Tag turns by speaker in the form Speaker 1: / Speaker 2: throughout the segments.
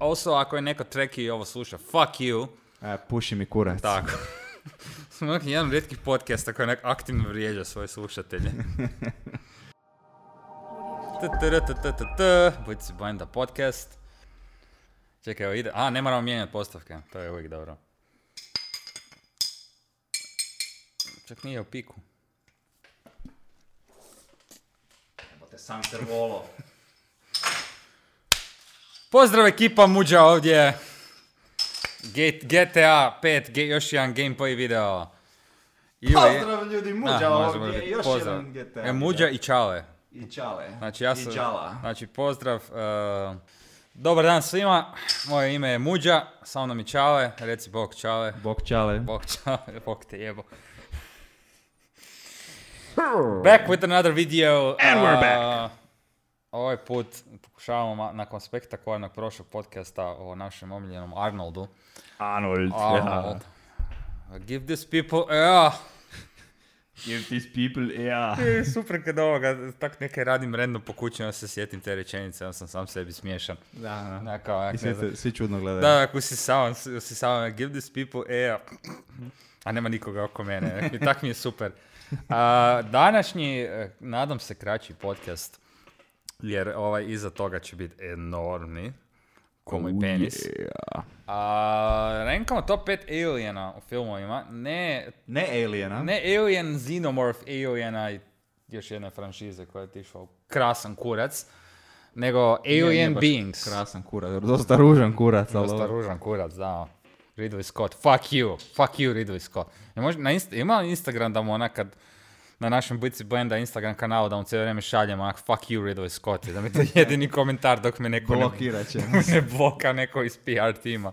Speaker 1: Also, ako je neko treki i ovo sluša, fuck you.
Speaker 2: E, puši mi kurac.
Speaker 1: Tako. Smo neki jedan od rijetkih podcasta koji onak aktivno vrijeđa svoje slušatelje. TTRTTTT, Budici Blinda podcast. Čekaj, evo ide. A, ne moramo mijenjati postavke. To je uvijek dobro. Čak nije u piku. Jebote, sam servolo. Pozdrav ekipa Muđa ovdje. Gate- GTA 5, ge- još jedan gameplay video. Ili-
Speaker 2: Pozdrav ljudi,
Speaker 1: Da,
Speaker 2: Muđa
Speaker 1: Ah, može,
Speaker 2: ovdje,
Speaker 1: može,
Speaker 2: još
Speaker 1: pozdrav.
Speaker 2: jedan GTA.
Speaker 1: E, Muđa i Čale.
Speaker 2: I Čale.
Speaker 1: Znači, ja sam,
Speaker 2: I Čala.
Speaker 1: znači pozdrav, e, dobar dan svima, moje ime je Muđa, sa mnom je Čale, reci bok Čale,
Speaker 2: Bok Čale.
Speaker 1: bok Čale, bok te jebo. Back with another video.
Speaker 2: And we're
Speaker 1: a,
Speaker 2: back.
Speaker 1: Ovaj put pokušavamo ma- nakon spektakularnog prošlog podcasta o našem omiljenom Arnoldu.
Speaker 2: Arnold.
Speaker 1: Arnold. Give these people, yeah.
Speaker 2: Give these people, ja.
Speaker 1: E, Super kad ovoga, tak neke radim random po kući, onda se sjetim te rečenice, onda sam sam sebi smiješan.
Speaker 2: Da, da.
Speaker 1: Na, kao, onak,
Speaker 2: I
Speaker 1: ne
Speaker 2: svi,
Speaker 1: znam.
Speaker 2: te- svi čudno gledaju.
Speaker 1: Da, ako si sam, si sam, give these people air. A nema nikoga oko mene, i tak mi je super. A, današnji, eh, nadam se, kraći podcast, jer ovaj iza toga će biti enormni,
Speaker 2: Oh
Speaker 1: ko moj penis.
Speaker 2: Yeah.
Speaker 1: A, rankamo top 5 aliena u filmovima, ne
Speaker 2: Ne Aliena.
Speaker 1: ne Alien, Xenomorph Aliena i još jedna franšiza koja je otišla u krasan kurac, nego Alien
Speaker 2: Nije baš
Speaker 1: Beings.
Speaker 2: Krasan kurac, dosta ružan kurac, ali
Speaker 1: Dosta
Speaker 2: dobro.
Speaker 1: ružan kurac, da. ono. Ridley Scott, fuck you, fuck you Ridley Scott. Je mož- na Inst- ima li Instagram da mu onak kad na našem Bici Blenda Instagram kanalu da mu cijelo vrijeme šaljem onak fuck you Ridley Scott i da mi to je jedini komentar dok me neko ne,
Speaker 2: Blokirat će.
Speaker 1: ne bloka neko iz PR tima.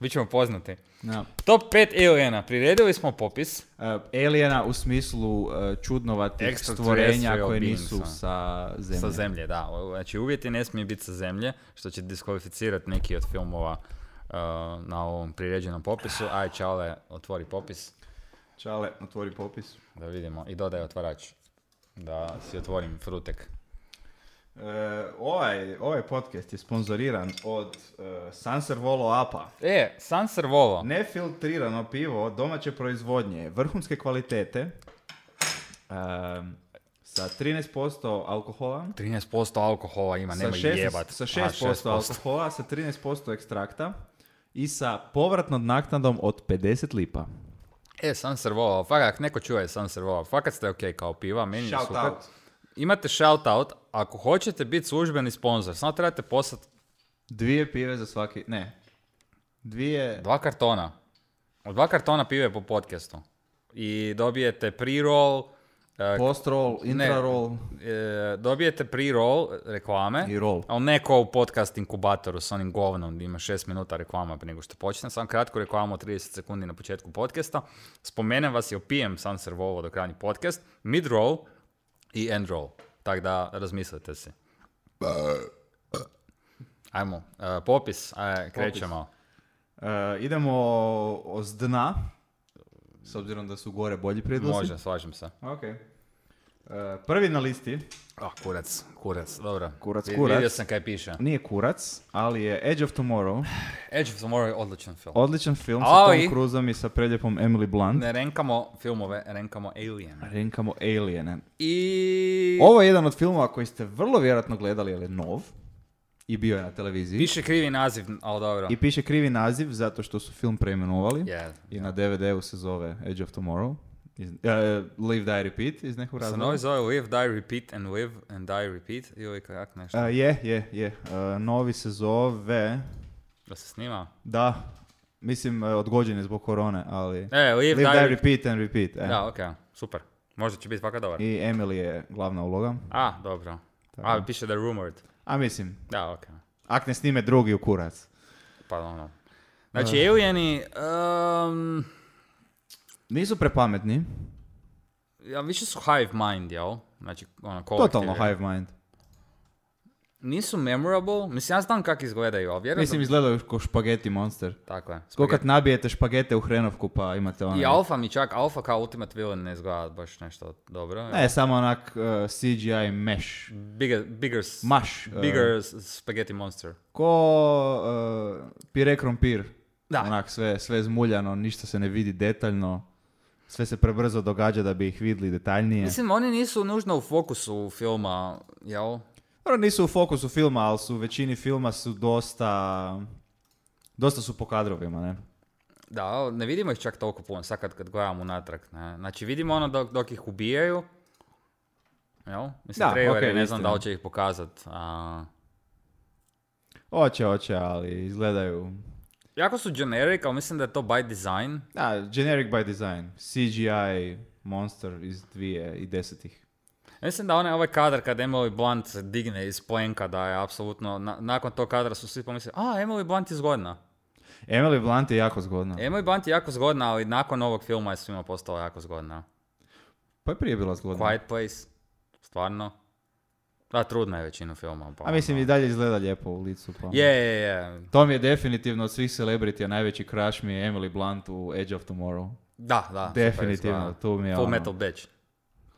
Speaker 1: Bićemo poznati.
Speaker 2: Da.
Speaker 1: Top 5 aliena, priredili smo popis.
Speaker 2: E, Aliena u smislu e, čudnovatih stvorenja
Speaker 1: Extraterrestrial
Speaker 2: koje
Speaker 1: beings,
Speaker 2: nisu
Speaker 1: a.
Speaker 2: sa zemlje.
Speaker 1: Sa zemlje, da. Znači uvjeti ne smije biti sa zemlje, što će diskvalificirati neki od filmova uh, na ovom priređenom popisu. Aj, Čale, otvori popis
Speaker 2: Čale, otvori popis.
Speaker 1: da vidimo i dodaj otvarač da si otvorim frutek.
Speaker 2: E, ovaj, ovaj podcast je sponzoriran od e, Sanser Volo Apa.
Speaker 1: E, Sanser Volo.
Speaker 2: Nefiltrirano pivo domaće proizvodnje, vrhunske kvalitete, e, sa 13% alkohola,
Speaker 1: 13% alkohola ima,
Speaker 2: sa,
Speaker 1: nema jebat.
Speaker 2: 6, sa 6% alkohola, sa 13% ekstrakta i sa povratnom naknadom od 50 lipa.
Speaker 1: E, Sanser Volo, fakat, neko čuje Sanser Volo, fakat ste ok kao piva, meni je
Speaker 2: Shout
Speaker 1: super.
Speaker 2: out.
Speaker 1: Imate shout out, ako hoćete biti službeni sponsor, samo trebate poslati
Speaker 2: Dvije pive za svaki, ne, dvije,
Speaker 1: Dva kartona. Od dva kartona pive po podcastu. I dobijete pre-roll, e,
Speaker 2: post-roll, intra-roll.
Speaker 1: e, dobijete pre-roll reklame.
Speaker 2: I roll.
Speaker 1: Ali ne kao u podcast inkubatoru s onim govnom gdje ima 6 minuta reklama prije nego što počne. Samo kratku reklamu od 30 sekundi na početku podcasta. Spomenem vas i opijem sam servovo do krajnji podcast. Mid-roll i end-roll. Tako da razmislite si. Ajmo, e, popis, aj, krećemo.
Speaker 2: E, idemo o- s dna, s obzirom da su gore bolji prijedlozi.
Speaker 1: Može, slažem se.
Speaker 2: Ok. E, prvi na listi
Speaker 1: Ah, kurac, kurac, dobro.
Speaker 2: Kurac,
Speaker 1: Vi-
Speaker 2: kurac.
Speaker 1: Vidio sam kaj piše.
Speaker 2: nije kurac, ali je Edge of Tomorrow.
Speaker 1: Edge of Tomorrow je odličan film.
Speaker 2: Odličan film sa
Speaker 1: Ali-
Speaker 2: Tom Cruiseom i sa preljepom Emily Blunt.
Speaker 1: Ne renkamo filmove, renkamo Alien.
Speaker 2: Renkamo Aliene.
Speaker 1: I...
Speaker 2: Ovo je jedan od filmova koji ste vrlo vjerojatno gledali, jer je nov i bio je na televiziji.
Speaker 1: Piše krivi naziv, ali dobro.
Speaker 2: I piše krivi naziv zato što su film preimenovali.
Speaker 1: Je,
Speaker 2: I na DVD-u se zove Edge of Tomorrow. Iz, e, Live, Die, Repeat iz nekog
Speaker 1: Se
Speaker 2: razloga.
Speaker 1: novi zove Live, Die, Repeat and Live and Die, Repeat ili kak nešto.
Speaker 2: E, je, je, je. E, novi se zove...
Speaker 1: Da se snima?
Speaker 2: Da, mislim e, odgođen je zbog korone, ali...
Speaker 1: E, Live,
Speaker 2: Live, Die, Repeat and Repeat. e.
Speaker 1: Da, okej, super. Možda će biti fakat dobar.
Speaker 2: I Emily je glavna uloga.
Speaker 1: A, dobro. A, piše da je rumored.
Speaker 2: A mislim,
Speaker 1: Da, okej.
Speaker 2: ak ne snime drugi u kurac.
Speaker 1: Pa ono. Znači, Alieni... em,
Speaker 2: Nisu prepametni,
Speaker 1: ja, više su hive mind, jel? Znači, ono, kolektiv.
Speaker 2: totalno hive mind.
Speaker 1: nisu memorable. Mislim, ja znam kako izgledaju, ali vjerujem
Speaker 2: Mislim, izgledaju kao špageti monster.
Speaker 1: da... Tako je.
Speaker 2: Ko kad nabijete špagete u hrenovku pa imate ono...
Speaker 1: I Alfa mi čak, Alfa kao Ultimate Villain ne izgleda baš nešto dobro.
Speaker 2: Ne, E, samo onak uh, CGI mesh.
Speaker 1: Bigger, bigger, s-
Speaker 2: Maš. uh,
Speaker 1: bigger s- spaghetti monster.
Speaker 2: ko uh, pire krompir.
Speaker 1: Da.
Speaker 2: Onak sve, sve zmuljano, ništa se ne vidi detaljno. Sve se prebrzo događa da bi ih vidjeli detaljnije.
Speaker 1: Mislim, oni nisu nužno u fokusu filma, jel?
Speaker 2: Dobro, Ono, nisu u fokusu filma, ali su u većini filma su dosta... Dosta su po kadrovima, ne?
Speaker 1: Da, ali ne vidimo ih čak toliko puno, sad kad, kad gledamo unatrag. Ne? Znači, vidimo ono dok, dok ih ubijaju. Jel? Mislim,
Speaker 2: Da,
Speaker 1: traileri,
Speaker 2: okej,
Speaker 1: ne znam
Speaker 2: istina.
Speaker 1: da li će ih pokazat. a.
Speaker 2: Oće, oće, ali izgledaju...
Speaker 1: jako su generic, ali mislim da je to by design.
Speaker 2: Da, generic by design. CGI monster iz dvije i desetih.
Speaker 1: Ja Mislim da onaj ovaj kadar kad Emily Blunt se digne iz plenka da je apsolutno, na- nakon tog kadra su svi pomislili, a Emily Blunt je zgodna.
Speaker 2: Emily Blunt je jako zgodna.
Speaker 1: Emily Blunt je jako zgodna, ali nakon ovog filma je svima postala jako zgodna.
Speaker 2: Pa je prije bila zgodna.
Speaker 1: Quiet Place, stvarno. Da, trudna je većinu filma. Pa
Speaker 2: A mislim
Speaker 1: onda-
Speaker 2: i dalje izgleda lijepo u licu. Pa.
Speaker 1: Je, je, je.
Speaker 2: To mi je definitivno od svih celebritija najveći crush mi je Emily Blunt u Edge of Tomorrow.
Speaker 1: Da, da. super
Speaker 2: Definitivno,
Speaker 1: izgleda.
Speaker 2: tu mi je
Speaker 1: Full
Speaker 2: ono,
Speaker 1: Metal Mhm. Bitch.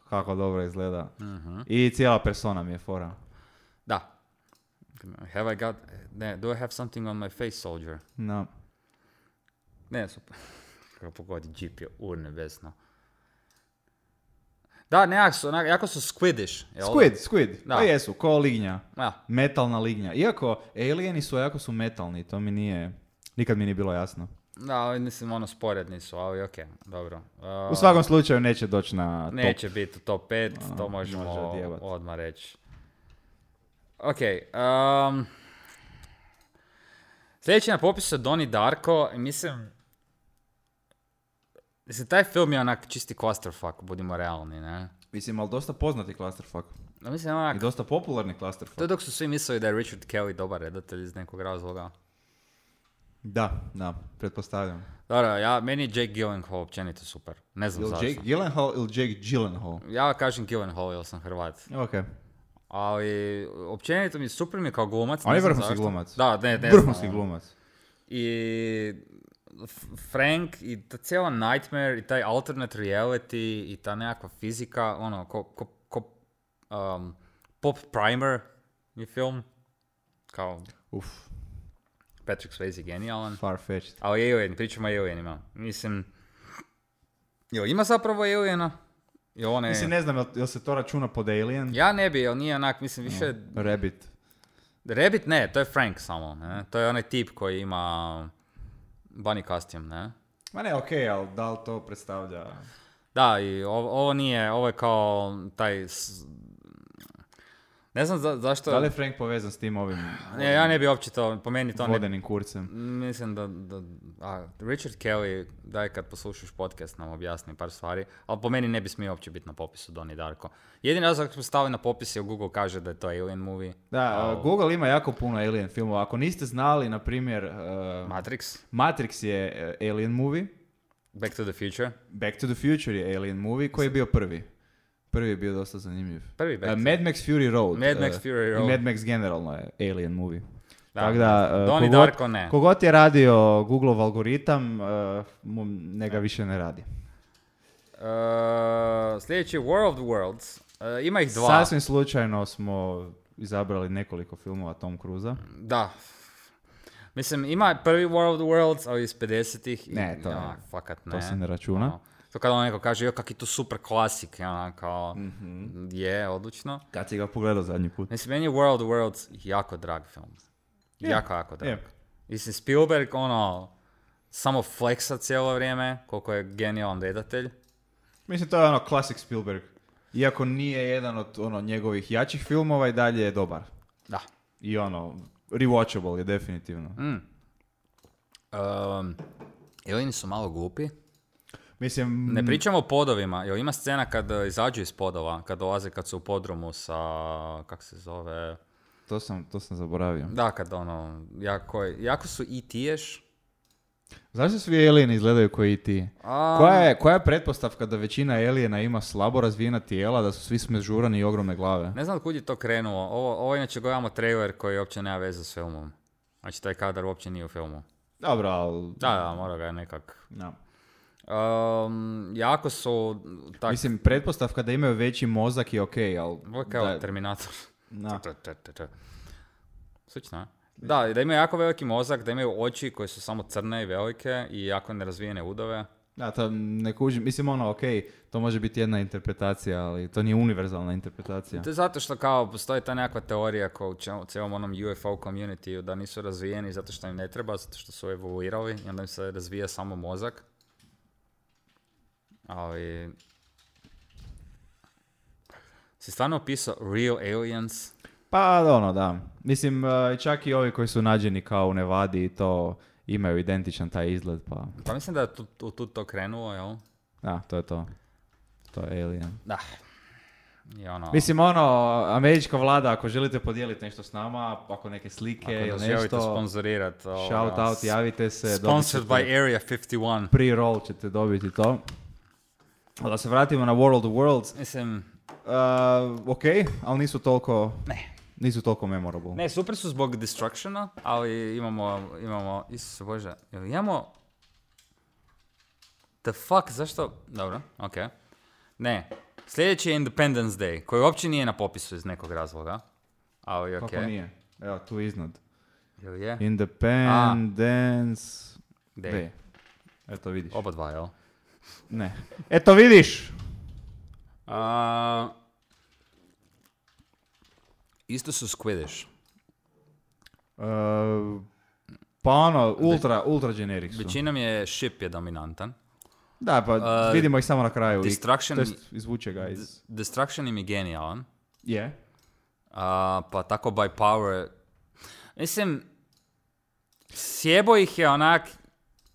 Speaker 2: kako dobro izgleda. I cijela persona mi je fora.
Speaker 1: Da. Have I got... Ne, do I have something on my face, soldier?
Speaker 2: No.
Speaker 1: Ne, super. Kako pogodi, Jeep je urnebesno. Da, nekak su, onak, jako su squidish. Jel?
Speaker 2: Squid, Squid,
Speaker 1: E, Da.
Speaker 2: pa jesu, ko lignja.
Speaker 1: Da.
Speaker 2: Metalna lignja. Iako, alieni su jako su metalni, to mi nije, nikad mi nije bilo jasno.
Speaker 1: Da, ali mislim, ono, sporedni su, ali okej, dobro. Uh,
Speaker 2: U svakom slučaju neće doći na top.
Speaker 1: neće biti u top 5, to možemo
Speaker 2: može odjebat.
Speaker 1: odmah reći. Ok, um, sljedeći na popisu je Donnie Darko i mislim, mislim, taj film je onak čisti clusterfuck, budimo realni, ne?
Speaker 2: Mislim, ali dosta poznati clusterfuck.
Speaker 1: Da, Mislim, onak,
Speaker 2: I dosta popularni
Speaker 1: To je
Speaker 2: clusterfuck.
Speaker 1: dok su svi mislili da je Richard Kelly dobar redatelj iz nekog razloga.
Speaker 2: Da, da, pretpostavljam.
Speaker 1: Dobro, ja, meni je Jake Gyllenhaal općenito super. Ne znam
Speaker 2: Ili
Speaker 1: zašto.
Speaker 2: Jake Gyllenhaal ili Jake Gyllenhaal?
Speaker 1: Ja kažem Gyllenhaal jer sam Hrvat.
Speaker 2: Ok.
Speaker 1: Ali općenito mi je super mi je kao glumac.
Speaker 2: On
Speaker 1: ne
Speaker 2: je
Speaker 1: znam
Speaker 2: vrhunski
Speaker 1: zašto.
Speaker 2: glumac.
Speaker 1: Da, ne, ne
Speaker 2: Vrhunski
Speaker 1: znam. ono.
Speaker 2: glumac.
Speaker 1: I F- Frank i ta cijela Nightmare i taj alternate reality i ta nekakva fizika, ono, ko, ko, ko um, pop primer je film. Kao
Speaker 2: Uf,
Speaker 1: Patrick Swayze je genijalan.
Speaker 2: farfetched.
Speaker 1: Ali Alien, pričamo o Alienima. Mislim, jel ima zapravo Aliena? Jel one...
Speaker 2: Mislim, ne znam, jel, jel se to računa pod Alien?
Speaker 1: Ja ne bi, jel nije onak, mislim, više...
Speaker 2: Rabbit.
Speaker 1: Rabbit ne, to je Frank samo, ne? To je onaj tip koji ima bunny costume, ne?
Speaker 2: Ma ne, okej, ali da li to predstavlja...
Speaker 1: Da, i ovo, ovo nije, ovo je kao taj... s- Ne znam za- zašto...
Speaker 2: Da li je Frank povezan s tim ovim
Speaker 1: Ne, ja ne bi uopće to, po meni to ne
Speaker 2: vodenim kurcem?
Speaker 1: Mislim da, da a, Richard Kelly, daj kad poslušaš podcast nam objasni par stvari, ali po meni ne bi smio uopće biti na popisu Donnie Darko. Jedini razlog kako smo stavili na popis je Google kaže da je to alien movie.
Speaker 2: Da,
Speaker 1: Al-
Speaker 2: Google ima jako puno Alien filmova. Ako niste znali, na primjer, uh,
Speaker 1: Matrix,
Speaker 2: Matrix je eh, Alien movie,
Speaker 1: Back to the Future,
Speaker 2: Back to the Future je Alien movie, koji je bio prvi. Prvi je bio dosta zanimljiv.
Speaker 1: prvi
Speaker 2: Eh,
Speaker 1: Back to
Speaker 2: Mad Max Fury Road.
Speaker 1: Mad Max
Speaker 2: eh,
Speaker 1: Fury
Speaker 2: i
Speaker 1: Road.
Speaker 2: Mad Max generalno je Alien movie.
Speaker 1: Da,
Speaker 2: Tako da, eh,
Speaker 1: Donnie
Speaker 2: kogod-
Speaker 1: Darko ne.
Speaker 2: Kogod je radio Google algoritam, eh, mu ne ga više ne radi.
Speaker 1: Uh, sljedeći je World Worlds, Uh, ima ih dva.
Speaker 2: Sasvim slučajno smo izabrali nekoliko filmova Tom Cruza.
Speaker 1: Da. Mislim, ima prvi World Worlds, ali iz 50-ih. i-
Speaker 2: Ne, to ne.
Speaker 1: onak, fakat ne.
Speaker 2: To se ne računa.
Speaker 1: Ono, to kada on neko kaže, jo, kak je to super klasik, i ono, kao, je, odlično.
Speaker 2: Kad si ga pogledao zadnji put?
Speaker 1: Mislim, meni je World Worlds jako drag film. Jako, jako drag.
Speaker 2: je.
Speaker 1: Mislim, Spielberg, ono, samo fleksa cijelo vrijeme, koliko je genijalan redatelj.
Speaker 2: Mislim, to je ono klasik Spielberg. Iako nije jedan od ono njegovih jačih filmova i dalje je dobar.
Speaker 1: Da.
Speaker 2: I ono, rewatchable je definitivno.
Speaker 1: Mm. Um, Elini su malo glupi.
Speaker 2: Mislim,
Speaker 1: Ne pričamo o podovima, jel ima scena kad e, izađu iz podova, kad dolaze, kad su u podrumu sa, kak se zove,
Speaker 2: to sam, to sam zaboravio.
Speaker 1: E da, kad ono, jako, je- jako su i tiješ,
Speaker 2: Zašto svi elijeni izgledaju koji ti? Koja je, koja je pretpostavka da većina elijena ima slabo razvijena tijela, da su svi smežurani i ogromne glave?
Speaker 1: Ne znam od kud je to krenulo. Ovo, ovo inače gledamo trailer koji uopće nema veze s filmom. Znači taj kadar uopće nije u filmu.
Speaker 2: Dobro, ali...
Speaker 1: Da, da, mora ga nekak.
Speaker 2: da.
Speaker 1: Um, jako su... Tak,
Speaker 2: Mislim, pretpostavka da imaju veći mozak je okej, ali...
Speaker 1: ovo je kao
Speaker 2: da-
Speaker 1: Terminator.
Speaker 2: da.
Speaker 1: Ta, ta, ta, ta. Slično, a? Da, i da imaju jako veliki mozak, da imaju oči koje su samo crne i velike i jako nerazvijene udove.
Speaker 2: Da, to ne kužim. Mislim, ono, okej, to može biti jedna interpretacija, ali to nije univerzalna interpretacija.
Speaker 1: To je zato što kao postoji ta nekakva teorija koja u čel- cijelom onom UFO community da nisu razvijeni zato što im ne treba, zato što su evoluirali i onda im se razvija samo mozak. Ali... Si stvarno opisao Real Aliens?
Speaker 2: Pa, ono, da. Mislim, e, čak i ovi koji su nađeni kao u Nevadi i to imaju identičan taj izgled, pa...
Speaker 1: Pa mislim da je tu, tu, tu to krenulo, jel?
Speaker 2: Da, to je to. To je alien.
Speaker 1: Da. I ono...
Speaker 2: Mislim, ono, američka vlada, ako želite podijeliti nešto s nama, ako neke slike
Speaker 1: ako nas
Speaker 2: ili
Speaker 1: želite
Speaker 2: nešto,
Speaker 1: sponzorirat... ovoga,
Speaker 2: shout out, javite se. dobit
Speaker 1: Sponsored
Speaker 2: ćete-
Speaker 1: by Area 51.
Speaker 2: pre-roll ćete dobiti to. A Da se vratimo na World of Worlds.
Speaker 1: Mislim,
Speaker 2: Uh, ok, ali nisu toliko... Ne. Nisu toliko memorable.
Speaker 1: Ne, super su zbog Destructiona, ali imamo, imamo, Isuse Bože, jel imamo... The fuck, zašto? Dobro, okej. Ne, sljedeći je Independence Day, koji uopće nije na popisu iz nekog razloga. Ali okej.
Speaker 2: Kako nije? Evo, tu iznad.
Speaker 1: Jel je?
Speaker 2: Independence...
Speaker 1: Day.
Speaker 2: Day. Eto vidiš.
Speaker 1: Oba dva, jel?
Speaker 2: Ne. Eto vidiš! E,
Speaker 1: A, isto su Squidish.
Speaker 2: Uh, pa ono, ultra, ultra generic su.
Speaker 1: Većinom je Ship je dominantan.
Speaker 2: Da, pa
Speaker 1: Uh,
Speaker 2: vidimo ih samo na kraju. I-
Speaker 1: Destruction-
Speaker 2: To jest, izvuče ga iz...
Speaker 1: Destruction im je genijalan.
Speaker 2: Je.
Speaker 1: A, pa tako by power. Mislim, sjebo ih je onak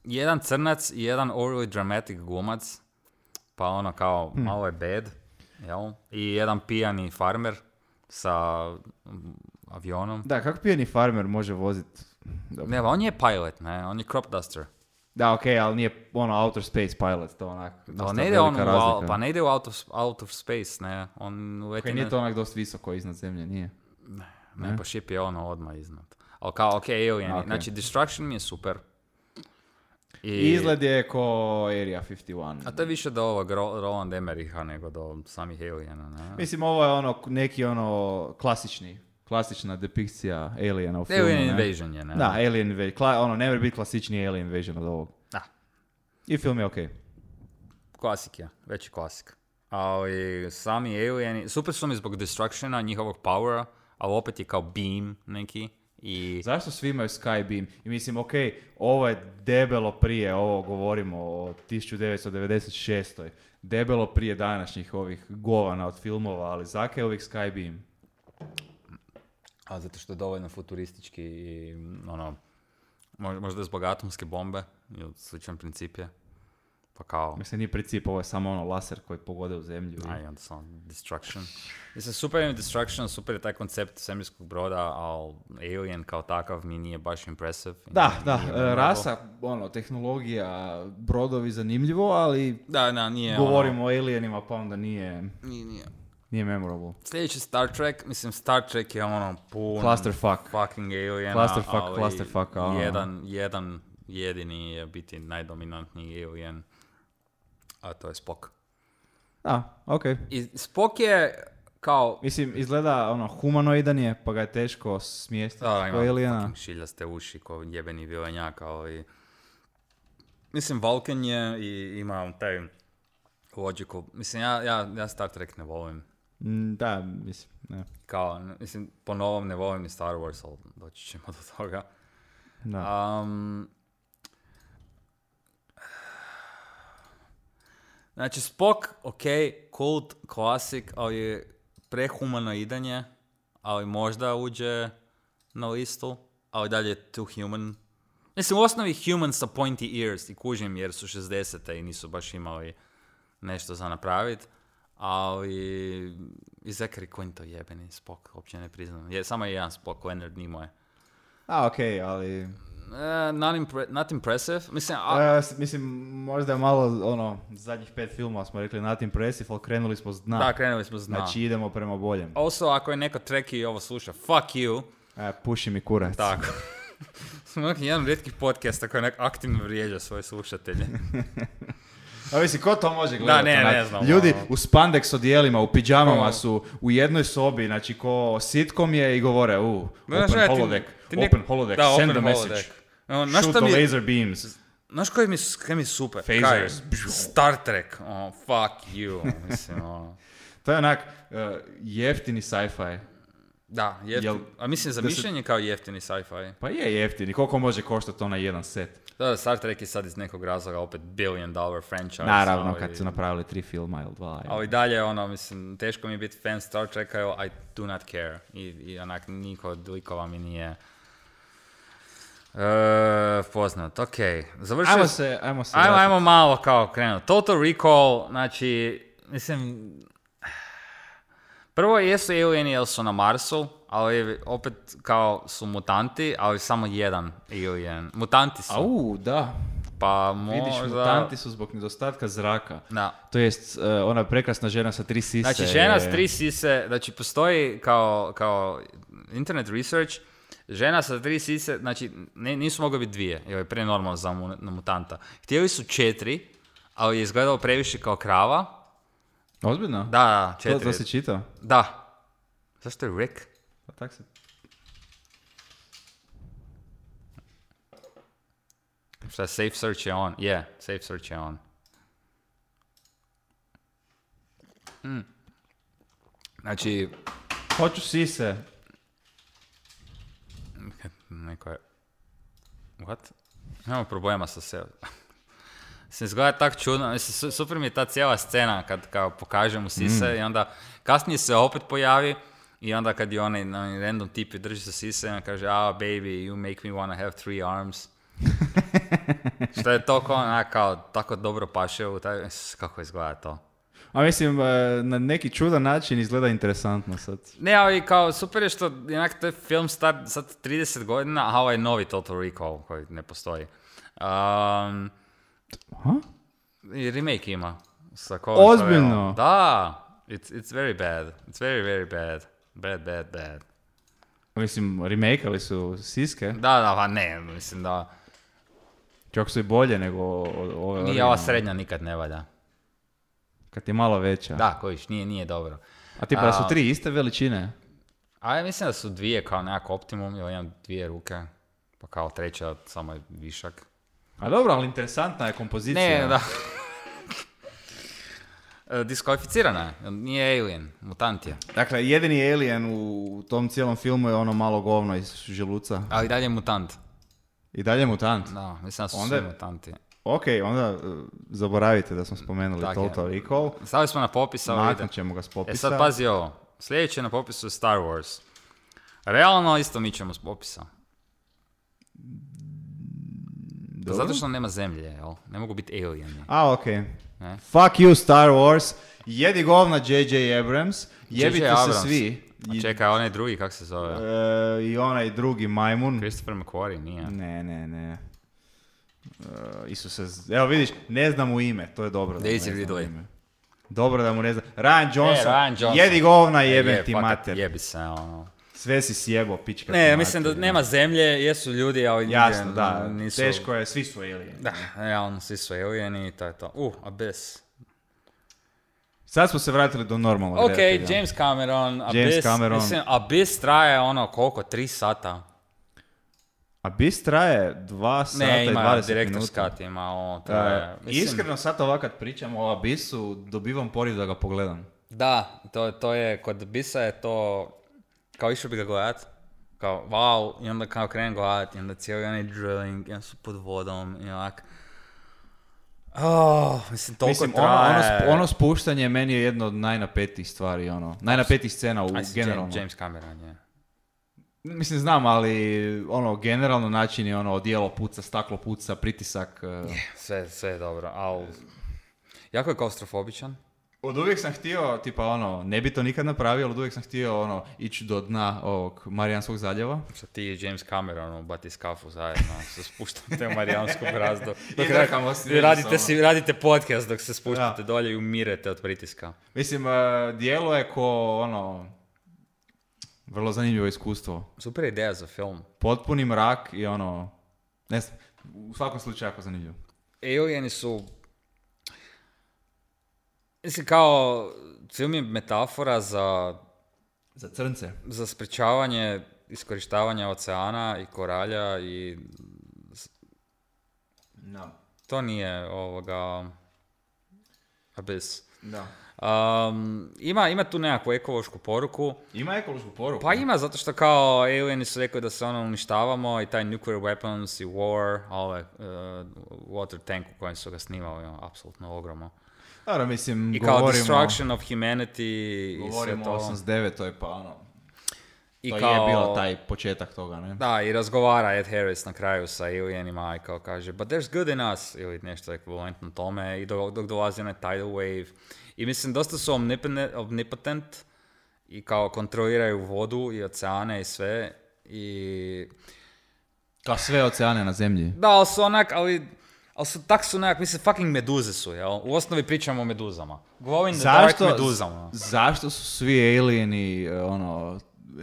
Speaker 1: jedan crnac i jedan overly dramatic glumac. Pa ono kao
Speaker 2: Hm.
Speaker 1: malo je bad. Jel? I jedan pijani farmer sa mm, avionom.
Speaker 2: Da, kako pijeni farmer može vozit... Dobro.
Speaker 1: Ne, pa on je pilot, ne? On je crop duster.
Speaker 2: Da, okej, ali nije ono outer space pilot, to onak...
Speaker 1: Pa
Speaker 2: dosta
Speaker 1: ne ide on u,
Speaker 2: velika
Speaker 1: al-
Speaker 2: razlika.
Speaker 1: pa ne ide u out of, out of space, ne? On leti
Speaker 2: Okej,
Speaker 1: na-
Speaker 2: nije to onak dosta visoko iznad zemlje, nije.
Speaker 1: Ne, pa šip je ono odmah iznad. Ali kao, ok, alien.
Speaker 2: Okej.
Speaker 1: Znači, Destruction mi je super. I,
Speaker 2: Izgled je ko Area 51.
Speaker 1: A to je više do ovog Ro- Roland Emmericha nego do samih aliena, ne?
Speaker 2: Mislim, ovo je ono neki ono klasični, klasična depikcija aliena u filmu.
Speaker 1: Alien
Speaker 2: ne?
Speaker 1: Invasion je, ne?
Speaker 2: Da, Alien Invasion. Kla, ono, ne može biti klasičniji Alien Invasion od ovog.
Speaker 1: Da.
Speaker 2: I film je okej.
Speaker 1: Klasik je, veći klasik. Ali sami alieni, super su mi zbog Destructiona, njihovog powera, ali opet je kao beam neki. I
Speaker 2: Zašto svi imaju Skybeam? I mislim, ok, ovo je debelo prije, ovo govorimo o 1996. Debelo prije današnjih ovih govana od filmova, ali zaka je uvijek Skybeam.
Speaker 1: A zato što je dovoljno futuristički i mm, ono, mo- možda je zbog atomske bombe ili sličan princip je. Pa kao,
Speaker 2: Mislim, nije princip, ovo je samo ono laser koji pogode u zemlju. i-
Speaker 1: aj, onda samo Destruction. Mislim, super je Destruction, super je taj koncept svemirskog broda, ali Alien kao takav mi nije baš impressive.
Speaker 2: Da,
Speaker 1: Nije-
Speaker 2: da,
Speaker 1: nije
Speaker 2: e,
Speaker 1: memorable.
Speaker 2: rasa, ono, tehnologija, brodovi zanimljivo, ali
Speaker 1: Da, da, nije
Speaker 2: govorimo o alienima, pa onda nije,
Speaker 1: ono, nije, nije.
Speaker 2: nije memorable.
Speaker 1: Sljedeći Star Trek, mislim Star Trek je ono pun...
Speaker 2: Clusterfuck.
Speaker 1: Fucking aliena,
Speaker 2: Clusterfuck,
Speaker 1: ali
Speaker 2: clusterfuck, a, ono.
Speaker 1: jedan, jedan jedini je biti najdominantniji alien, a to je Spock.
Speaker 2: Da, okej.
Speaker 1: I Spock je kao...
Speaker 2: Mislim, izgleda, ono, humanoidan je, pa ga je teško smjestiti
Speaker 1: Da,
Speaker 2: ko
Speaker 1: ima
Speaker 2: aliena.
Speaker 1: fucking šiljaste uši ko jebeni vilenjak, ali... Mislim, Vulcan je i ima taj logical... Mislim, ja, ja, ja Star Trek ne volim.
Speaker 2: Mm, Da, mislim, ne.
Speaker 1: Kao, n- mislim, po novom ne volim ni Star Wars, ali doći ćemo do toga.
Speaker 2: Da.
Speaker 1: Um, znači, Spock, ok, kult, klasik, ali je prehumano idanje, ali možda uđe na listu, ali dalje je too human. Mislim, u osnovi human sa pointy ears i kužim jer su 60-te i nisu baš imali nešto za napravit, ali i Zachary Quinto jebeni Spock, uopće ne priznam. Je, samo je jedan Spock, Leonard Nimoy.
Speaker 2: A, okej, ali
Speaker 1: eh, not, impre- not impressive. Mislim, a,
Speaker 2: E, s- mislim, možda je malo, ono, zadnjih pet filmova smo rekli not impressive, ali krenuli smo s dna.
Speaker 1: da, krenuli smo s dna.
Speaker 2: Znači idemo prema boljem.
Speaker 1: Also, ako je neko treki i ovo sluša, fuck you.
Speaker 2: E, puši mi kurac.
Speaker 1: Tako. Smo neki jedan od rijetkih podcasta koji onak aktivno vrijeđa svoje slušatelje.
Speaker 2: A mislim, ko to može gledati?
Speaker 1: ne,
Speaker 2: onak?
Speaker 1: ne znam,
Speaker 2: Ljudi
Speaker 1: ono.
Speaker 2: u spandex odijelima, u pidžamama
Speaker 1: Ono.
Speaker 2: su u jednoj sobi, znači ko sitkom je i govore, u,
Speaker 1: Ma,
Speaker 2: open
Speaker 1: znaš, ja, ti-
Speaker 2: holodeck,
Speaker 1: ti nek-
Speaker 2: open holodeck,
Speaker 1: da,
Speaker 2: send
Speaker 1: open
Speaker 2: a message.
Speaker 1: holodeck. Ono, znaš
Speaker 2: Shoot
Speaker 1: šta
Speaker 2: the
Speaker 1: mi je-
Speaker 2: laser beams.
Speaker 1: Znaš koji mi, kaj mi je super? Kaj?
Speaker 2: Phasers.
Speaker 1: Star Trek. Ono, fuck you. Mislim, ono.
Speaker 2: To je onak e, jeftini sci-fi.
Speaker 1: Da, jeftin.
Speaker 2: Jel-
Speaker 1: A mislim, zamišljen je kao jeftini sci-fi.
Speaker 2: Pa je jeftini, koliko može koštati onaj jedan set?
Speaker 1: Da, da, Star Trek je sad iz nekog razloga opet billion dollar franchise. ono,
Speaker 2: Naravno,
Speaker 1: ali-
Speaker 2: kad su napravili tri filma ili dva. ili-
Speaker 1: Ali dalje, ono, mislim, teško mi je biti fan Star Treka, jer I do not care. I, i onak, niko od likova mi nije e, poznat. Ok, završili
Speaker 2: Ajmo
Speaker 1: smo-
Speaker 2: se, ajmo se.
Speaker 1: Ajmo,
Speaker 2: vratit.
Speaker 1: ajmo malo kao krenuti. Total Recall, znači, mislim... Prvo, jesu alieni jer su na Marsu, ali opet kao su mutanti, ali samo jedan alien. Mutanti su.
Speaker 2: Au, da.
Speaker 1: Pa možda...
Speaker 2: Vidiš, mutanti su zbog nedostatka zraka.
Speaker 1: Da.
Speaker 2: To jest, e, ona prekrasna žena sa tri sise.
Speaker 1: Znači, žena
Speaker 2: je-
Speaker 1: s tri sise, znači postoji kao, kao internet research, žena sa tri sise, znači ne, nisu mogli biti dvije, jer je prenormalno za mu- na mutanta. Htjeli su četiri, ali je izgledalo previše kao krava.
Speaker 2: Ozbiljno?
Speaker 1: Da, da,
Speaker 2: To,
Speaker 1: četiri.
Speaker 2: to si čitao?
Speaker 1: Da. Zašto je Rick?
Speaker 2: Pa tak se...
Speaker 1: Šta, safe search je on. Je, safe search je on. Mm. Znači,
Speaker 2: Hoću sise.
Speaker 1: neko je... What? Nemamo problema sa se... Se izgleda tak čudno, mislim, su- super mi je ta cijela scena kad kao pokaže mu sise i onda kasnije se opet pojavi i onda kad je onaj, onaj random tip i drži se sise i on kaže, ah baby, you make me wanna have three arms. Što je to kao, onak, kao tako dobro paše u taj, Isus, kako izgleda to.
Speaker 2: A mislim, e, na neki čudan način izgleda interesantno sad.
Speaker 1: Ne, ali kao super je što jednak to je film star sad 30 godina, a ovaj je novi Total Recall koji ne postoji. Um,
Speaker 2: Ha?
Speaker 1: i remake ima. Sa Colin
Speaker 2: Ozbiljno?
Speaker 1: Farrellom. Da. It's, it's very bad. It's very, very bad. Bad, bad, bad.
Speaker 2: Mislim, remakeali su siske.
Speaker 1: Da, da, pa ne, mislim da
Speaker 2: Čak su i bolje nego o- o- ove
Speaker 1: nije ova
Speaker 2: originalne.
Speaker 1: srednja nikad ne valja.
Speaker 2: Kad je malo veća.
Speaker 1: Da, kojiš, nije, nije dobro.
Speaker 2: A tipa da su
Speaker 1: A-
Speaker 2: tri iste veličine.
Speaker 1: A ja mislim da su dvije kao nekako optimum, ja imam dvije ruke, pa kao treća samo je višak.
Speaker 2: A dobro, ali interesantna je kompozicija.
Speaker 1: Ne, da. E, Diskvalificirana je, nije alien, mutant je.
Speaker 2: Dakle, jedini alien u tom cijelom filmu je ono malo govno iz želuca.
Speaker 1: Ali dalje je mutant.
Speaker 2: I dalje mutant.
Speaker 1: Da, mislim da su
Speaker 2: Onda-
Speaker 1: svi mutanti.
Speaker 2: Ok, onda e, zaboravite da smo spomenuli
Speaker 1: Tak je.
Speaker 2: Total Recall.
Speaker 1: Stavili smo na popis, ali ide.
Speaker 2: Maknut ćemo ga s
Speaker 1: E
Speaker 2: popisa.
Speaker 1: sad pazi ovo, sljedeće na popisu je Star Wars. Realno isto mi ćemo s popisa.
Speaker 2: Dobro.
Speaker 1: Zato što nema zemlje, jel? Ne mogu biti alieni.
Speaker 2: A, ok.
Speaker 1: Ne.
Speaker 2: Fuck you, Star Wars. Jedi govna J.J. Abrams. Jebite
Speaker 1: J.J. Abrams.
Speaker 2: se svi.
Speaker 1: A
Speaker 2: I,
Speaker 1: čekaj, onaj drugi, kak se zove?
Speaker 2: e, I onaj drugi majmun.
Speaker 1: Christopher McQuarrie, nije.
Speaker 2: Ne, ne, ne. E, Isuse, z- evo vidiš, ne znam mu ime, to je dobro. da mu ne
Speaker 1: Daisy
Speaker 2: znam
Speaker 1: Ridley.
Speaker 2: ime. Dobro da mu ne znam. Ryan Johnson,
Speaker 1: E, Ryan Johnson. E,
Speaker 2: jedi govna jebem
Speaker 1: Je,
Speaker 2: ti
Speaker 1: fakat,
Speaker 2: mater.
Speaker 1: Jebi se, ono.
Speaker 2: Sve si sjebo, pička ti
Speaker 1: Ne, mislim da
Speaker 2: mater.
Speaker 1: nema zemlje, jesu ljudi, ali
Speaker 2: Jasno,
Speaker 1: nigdje
Speaker 2: da,
Speaker 1: nisu...
Speaker 2: teško je, svi su alien.
Speaker 1: Da, ja, realno, svi su alieni i to je to. Uh, Abyss.
Speaker 2: Sad smo se vratili do normalnog
Speaker 1: Ok,
Speaker 2: redatelja.
Speaker 1: James Cameron, Abyss.
Speaker 2: Cameron.
Speaker 1: Mislim, Abyss traje ono koliko, tri sata?
Speaker 2: A bis traje 2 sata
Speaker 1: Ne,
Speaker 2: i
Speaker 1: ima
Speaker 2: 20
Speaker 1: direktor
Speaker 2: minuta.
Speaker 1: skat, ima ono,
Speaker 2: E,
Speaker 1: traje. mislim,
Speaker 2: Iskreno sad ovako kad pričam o Abissu, dobivam poriv da ga pogledam.
Speaker 1: Da, to, to je, kod Abyssa je to, kao išao bi ga gledat, kao wow, i onda kao krenem gledat, i onda cijeli onaj drilling, i onda su pod vodom, i onak. Oh, mislim, toliko
Speaker 2: Mislim, ono, ono,
Speaker 1: traje.
Speaker 2: sp- ono spuštanje meni je jedno od najnapetijih stvari, ono, najnapetijih scena u
Speaker 1: Aj, si,
Speaker 2: generalno.
Speaker 1: James, James Cameron je.
Speaker 2: Mislim, znam, ali ono, generalno način je ono, odijelo puca, staklo puca, pritisak. e,
Speaker 1: Sve, sve je dobro, ali jako je klaustrofobičan.
Speaker 2: Od uvijek sam htio, tipa ono, ne bi to nikad napravio, ali od uvijek sam htio ono, ići do dna ovog Marijanskog zaljeva.
Speaker 1: Sa ti i James Cameron u batiskafu zajedno se spuštate u Marijansku brazdu.
Speaker 2: I drkamo se
Speaker 1: i radite,
Speaker 2: međusobno.
Speaker 1: si, radite podcast dok se spuštate dolje i umirete od pritiska.
Speaker 2: Mislim, eh, djelo je ko ono, vrlo zanimljivo iskustvo.
Speaker 1: Super ideja za film.
Speaker 2: Potpuni mrak i ono, ne znam, u svakom slučaju jako zanimljivo.
Speaker 1: Alieni su... Mislim, kao, film je metafora za,
Speaker 2: Za crnce.
Speaker 1: za sprečavanje iskorištavanja oceana i koralja i
Speaker 2: Da.
Speaker 1: to nije ovoga... Abyss.
Speaker 2: da.
Speaker 1: Um, ima, ima tu nekakvu ekološku poruku.
Speaker 2: Ima ekološku poruku.
Speaker 1: Pa ima, zato što kao alieni su rekli da se ono uništavamo i taj nuclear weapons i war, a ovaj uh, water tank u kojem su ga snimali, ono, apsolutno ogromno.
Speaker 2: Dobro, mislim,
Speaker 1: I kao
Speaker 2: govorimo,
Speaker 1: destruction of humanity i sve
Speaker 2: govorimo
Speaker 1: to.
Speaker 2: o 89, to je pa ono,
Speaker 1: I
Speaker 2: to
Speaker 1: kao,
Speaker 2: je bio taj početak toga, ne?
Speaker 1: Da, i razgovara Ed Harris na kraju sa alienima i kao kaže but there's good in us ili nešto ekvivalentno tome i dok, dok dolazi onaj tidal wave. I mislim, dosta su omnipene- omnipotent i kao kontroliraju vodu i oceane i sve i
Speaker 2: Kao sve oceane na zemlji.
Speaker 1: Da, ali su onak, ali, ali su tak su onak, mislim, fucking meduze su, jel? U osnovi pričamo o meduzama. Glow in the dark meduzama. ono.
Speaker 2: zašto su svi alieni, eh, ono,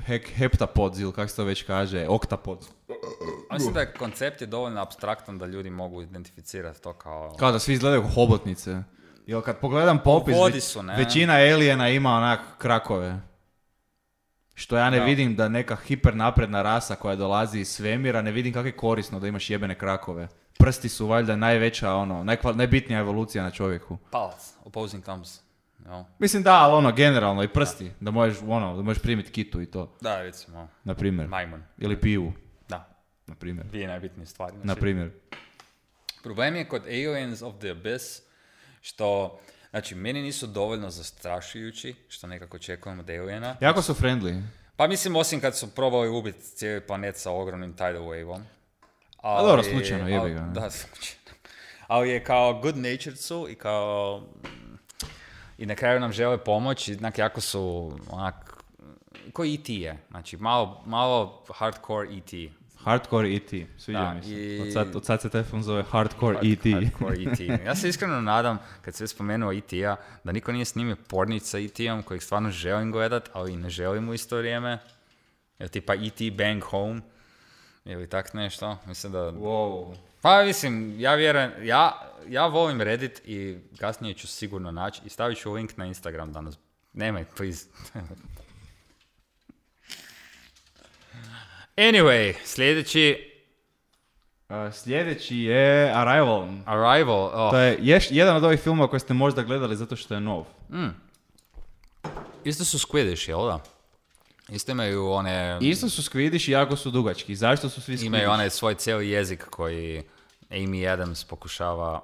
Speaker 2: hek, heptapod ili kako se to već kaže, oktapod.
Speaker 1: Mislim da je koncept je dovoljno abstraktan da ljudi mogu identificirati to kao...
Speaker 2: Kao da svi izgledaju kao hobotnice. Jel kad pogledam popis,
Speaker 1: U vodi
Speaker 2: već-
Speaker 1: su, ne?
Speaker 2: većina alijena ima onak krakove. Što ja ne
Speaker 1: Da.
Speaker 2: vidim da neka hipernapredna rasa koja dolazi iz svemira, ne vidim kako je korisno da imaš jebene krakove. Prsti su valjda najveća, ono, najkva- najbitnija evolucija na čovjeku.
Speaker 1: Palac, opposing thumbs. Jel?
Speaker 2: Mislim da, ali ono, generalno i prsti, da možeš, ono, da možeš primiti kitu i to,
Speaker 1: Da, recimo,
Speaker 2: na primjer.
Speaker 1: majmun.
Speaker 2: Ili pivu,
Speaker 1: Da,
Speaker 2: na primjer.
Speaker 1: dvije najbitnije stvari.
Speaker 2: Na
Speaker 1: Znači,
Speaker 2: primjer.
Speaker 1: Problem je kod Aliens of the Abyss što, znači, meni nisu dovoljno zastrašujući, što nekako očekujem od Aliena.
Speaker 2: Jako su friendly.
Speaker 1: Pa mislim, osim kad su probali ubiti cijeli planet sa ogromnim tidal wave-om.
Speaker 2: A dobro, slučajno, jebi
Speaker 1: ali-
Speaker 2: ga, ne?
Speaker 1: Da, slučajno. Ali je kao good natured su i kao... I na kraju nam žele pomoći, onak jako su onak... Ko E.T. je, znači malo, malo hardcore E E.T.
Speaker 2: Hardcore E.T. Sviđa
Speaker 1: Da,
Speaker 2: mi se.
Speaker 1: i-
Speaker 2: Od sad, od sad se taj film zove Hardcore E E.T.
Speaker 1: Hardcore E.T. Ja se iskreno nadam, kad se spomenuo E.T.-a, da niko nije snimio pornić sa E.T.-om kojeg stvarno želim gledat, ali i ne želim u isto vrijeme. Jel tipa E.T. Bang Home ili tak nešto. Mislim da...
Speaker 2: Wow.
Speaker 1: Pa mislim, ja vjerujem, ja, ja volim Reddit i kasnije ću sigurno naći i stavit ću link na Instagram danas. Nemoj, please. anyway, sljedeći
Speaker 2: Uh, sljedeći je Arrival.
Speaker 1: Arrival. Oh,
Speaker 2: To je ješ, jedan od ovih filmova koje ste možda gledali zato što je nov.
Speaker 1: Mhm. Isto su Squidish, jel da? Isto imaju one...
Speaker 2: Isto su Squidish i jako su dugački. Zašto su svi Squidish?
Speaker 1: imaju onaj svoj cijeli jezik koji Amy Adams pokušava...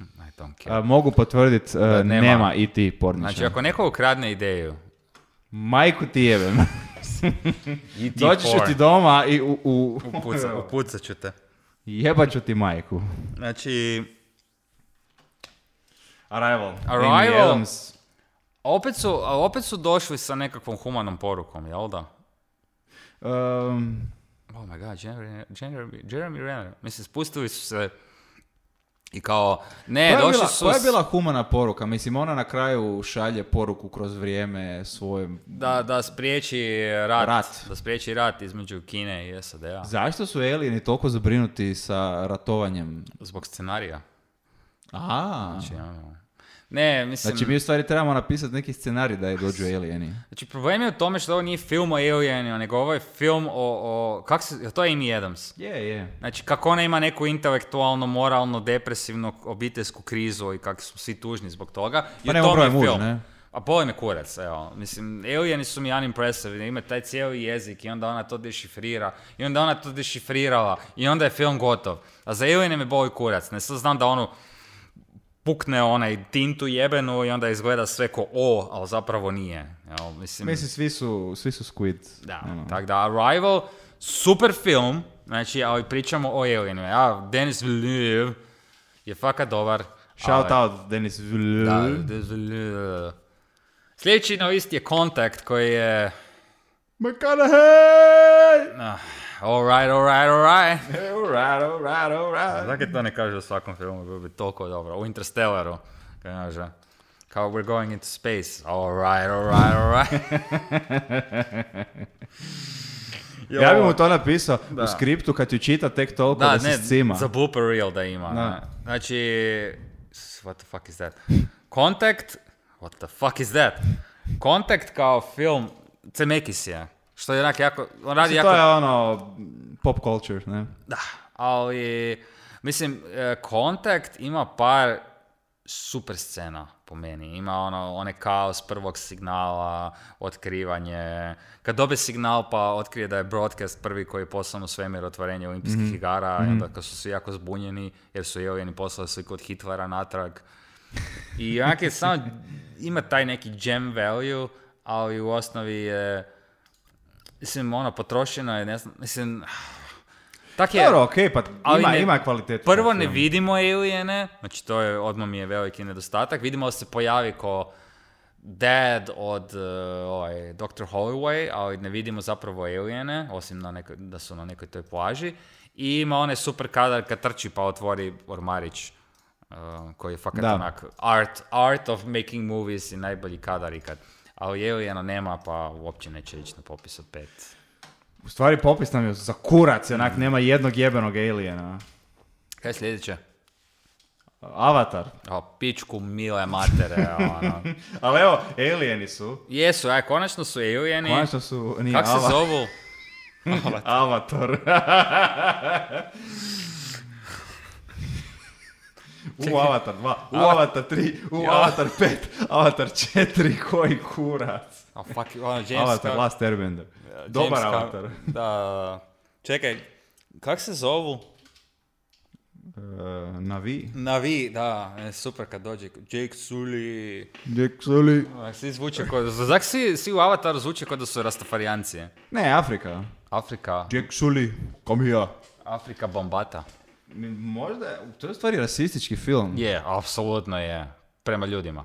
Speaker 1: Mm, I don't care.
Speaker 2: A, mogu potvrditi, nema.
Speaker 1: nema.
Speaker 2: nema E.T. pornića.
Speaker 1: Znači, ako neko ukradne ideju...
Speaker 2: Majku ti jebem.
Speaker 1: E.T.
Speaker 2: Doći ću ti doma i u... u...
Speaker 1: Upuca, upucat ću te.
Speaker 2: Jebat ću ti majku.
Speaker 1: Znači,
Speaker 2: Arrival. Amy
Speaker 1: Arrival.
Speaker 2: Adams.
Speaker 1: opet su, ali opet su došli sa nekakvom humanom porukom, jel da?
Speaker 2: Um,
Speaker 1: Oh my god, Jeremy, Jeremy, Jeremy Renner. Mislim, spustili su se i kao, ne,
Speaker 2: koja, je
Speaker 1: E, došli
Speaker 2: bila,
Speaker 1: su...
Speaker 2: koja je
Speaker 1: s-
Speaker 2: bila humana poruka? Mislim, ona na kraju šalje poruku kroz vrijeme svojem...
Speaker 1: Da, da spriječi rat,
Speaker 2: Rat.
Speaker 1: Da spriječi rat između Kine i SAD-a.
Speaker 2: Zašto su alieni toliko zabrinuti sa ratovanjem?
Speaker 1: Zbog scenarija.
Speaker 2: A,
Speaker 1: Znači, ono, Ne, mislim...
Speaker 2: znači mi u stvari trebamo napisati neki scenarij da je dođu alieni.
Speaker 1: Znači, problem je u tome što ovo nije film o alienima, nego ovo je film o... o kak se, jel to je Amy Adams?
Speaker 2: Je, je.
Speaker 1: Znači, kako ona ima neku intelektualno, moralno, depresivnu, obiteljsku krizu i kako su svi tužni zbog toga. I
Speaker 2: Pa
Speaker 1: u
Speaker 2: nema
Speaker 1: tome je
Speaker 2: broja muž,
Speaker 1: film.
Speaker 2: ne?
Speaker 1: A boli me kurac, evo. Mislim, alieni su mi unimpressive, ima taj cijeli jezik i onda ona to dešifrira i onda ona to dešifrirala i onda je film gotov. A za aliene me boli kurac, ne sad znam da onu pukne onaj tintu jebenu i onda izgleda sve ko o, ali zapravo nije. Evo, mislim,
Speaker 2: Mislim, svi su, svi su squid.
Speaker 1: da,
Speaker 2: Ono.
Speaker 1: tako da Arrival, super film, ovaj, znači, ali pričamo o alienu. Ja, Denis Villeneuve je fakat dobar,
Speaker 2: Shout
Speaker 1: Ovaj.
Speaker 2: out Denis Villeneuve.
Speaker 1: Da, dezl- Sljedeći novist je Kontakt koji je...
Speaker 2: McConaughey!
Speaker 1: ah, alright, alright, alright.
Speaker 2: Alright, alright, alright.
Speaker 1: Zakaj to ne kaže u svakom filmu, bilo bi toliko dobro. U Interstellaru, kaj kaže, kao we're going into space. Alright, alright, alright.
Speaker 2: Ja bi mu to napisao u skriptu kad ju čita tek toliko da,
Speaker 1: Da,
Speaker 2: se
Speaker 1: ne,
Speaker 2: scima.
Speaker 1: za blooper reel da ima.
Speaker 2: Da.
Speaker 1: ne. Znači, s- what the fuck is that? Contact, what the fuck is that? Contact kao film Cemekis je, što je onak jako, on radi jako...
Speaker 2: To je ono pop culture, ne?
Speaker 1: Da, ali mislim, e, Kontakt ima par super scena po meni. Ima ono, one kaos prvog signala, otkrivanje. Kad dobe signal pa otkrije da je broadcast prvi koji je poslan u svemir otvorenje olimpijskih igara, i onda kad su svi jako zbunjeni jer su alieni poslali sliku od Hitlera natrag. I onak je samo, ima taj neki gem value, ali u osnovi je, mislim, ono, potrošeno je, ne znam, mislim, ah, tak je,
Speaker 2: Dobro, okej, pa
Speaker 1: ali
Speaker 2: ima,
Speaker 1: ne-
Speaker 2: ima znači, ono. kvalitetu.
Speaker 1: Prvo
Speaker 2: taj
Speaker 1: ne
Speaker 2: film.
Speaker 1: vidimo Aliene, znači to je, odmah mi je veliki nedostatak. Vidimo da se pojavi ko dad od eh, ovaj, Dr. Holloway, ali ne vidimo zapravo Aliene, osim na nekoj, da su na nekoj toj plaži. I ima onaj super kadar kad trči pa otvori ormarić, eh, koji je fakat
Speaker 2: Da.
Speaker 1: onak art, art of making movies i najbolji kadar ikad. Ali Aliena nema, pa uopće neće ići na popis od pet.
Speaker 2: U stvari popis nam je za kurac,
Speaker 1: Mm.
Speaker 2: onak nema jednog jebenog aliena.
Speaker 1: Kaj je sljedeće?
Speaker 2: Avatar.
Speaker 1: O, pičku mile matere, ono.
Speaker 2: Ali evo, alieni su.
Speaker 1: Jesu, aj, konačno su alieni.
Speaker 2: Konačno su, nije
Speaker 1: Kako se
Speaker 2: Ava-
Speaker 1: zovu?
Speaker 2: Avatar. U Avatar 2, u Avatar 3, u
Speaker 1: Ja.
Speaker 2: Avatar 5, Avatar 4, koji kurac.
Speaker 1: A fuck, ono, James
Speaker 2: Avatar
Speaker 1: Cam-
Speaker 2: Last Airbender.
Speaker 1: James
Speaker 2: Dobar
Speaker 1: Cam-
Speaker 2: Avatar. E,
Speaker 1: Da. Čekaj, kak se zovu?
Speaker 2: Uh, Navi.
Speaker 1: Navi, da, e, super kad dođe. Jake Sully.
Speaker 2: Jack Sully.
Speaker 1: Onak Svi zvuče kao, zak svi, svi u Avataru zvuče kao da su rastafarijanci.
Speaker 2: Ne, Afrika.
Speaker 1: Afrika,
Speaker 2: Jack Sully, come here.
Speaker 1: Afrika bombata.
Speaker 2: Možda, je- to je u stvari rasistički film.
Speaker 1: Je, apsolutno je. Prema ljudima.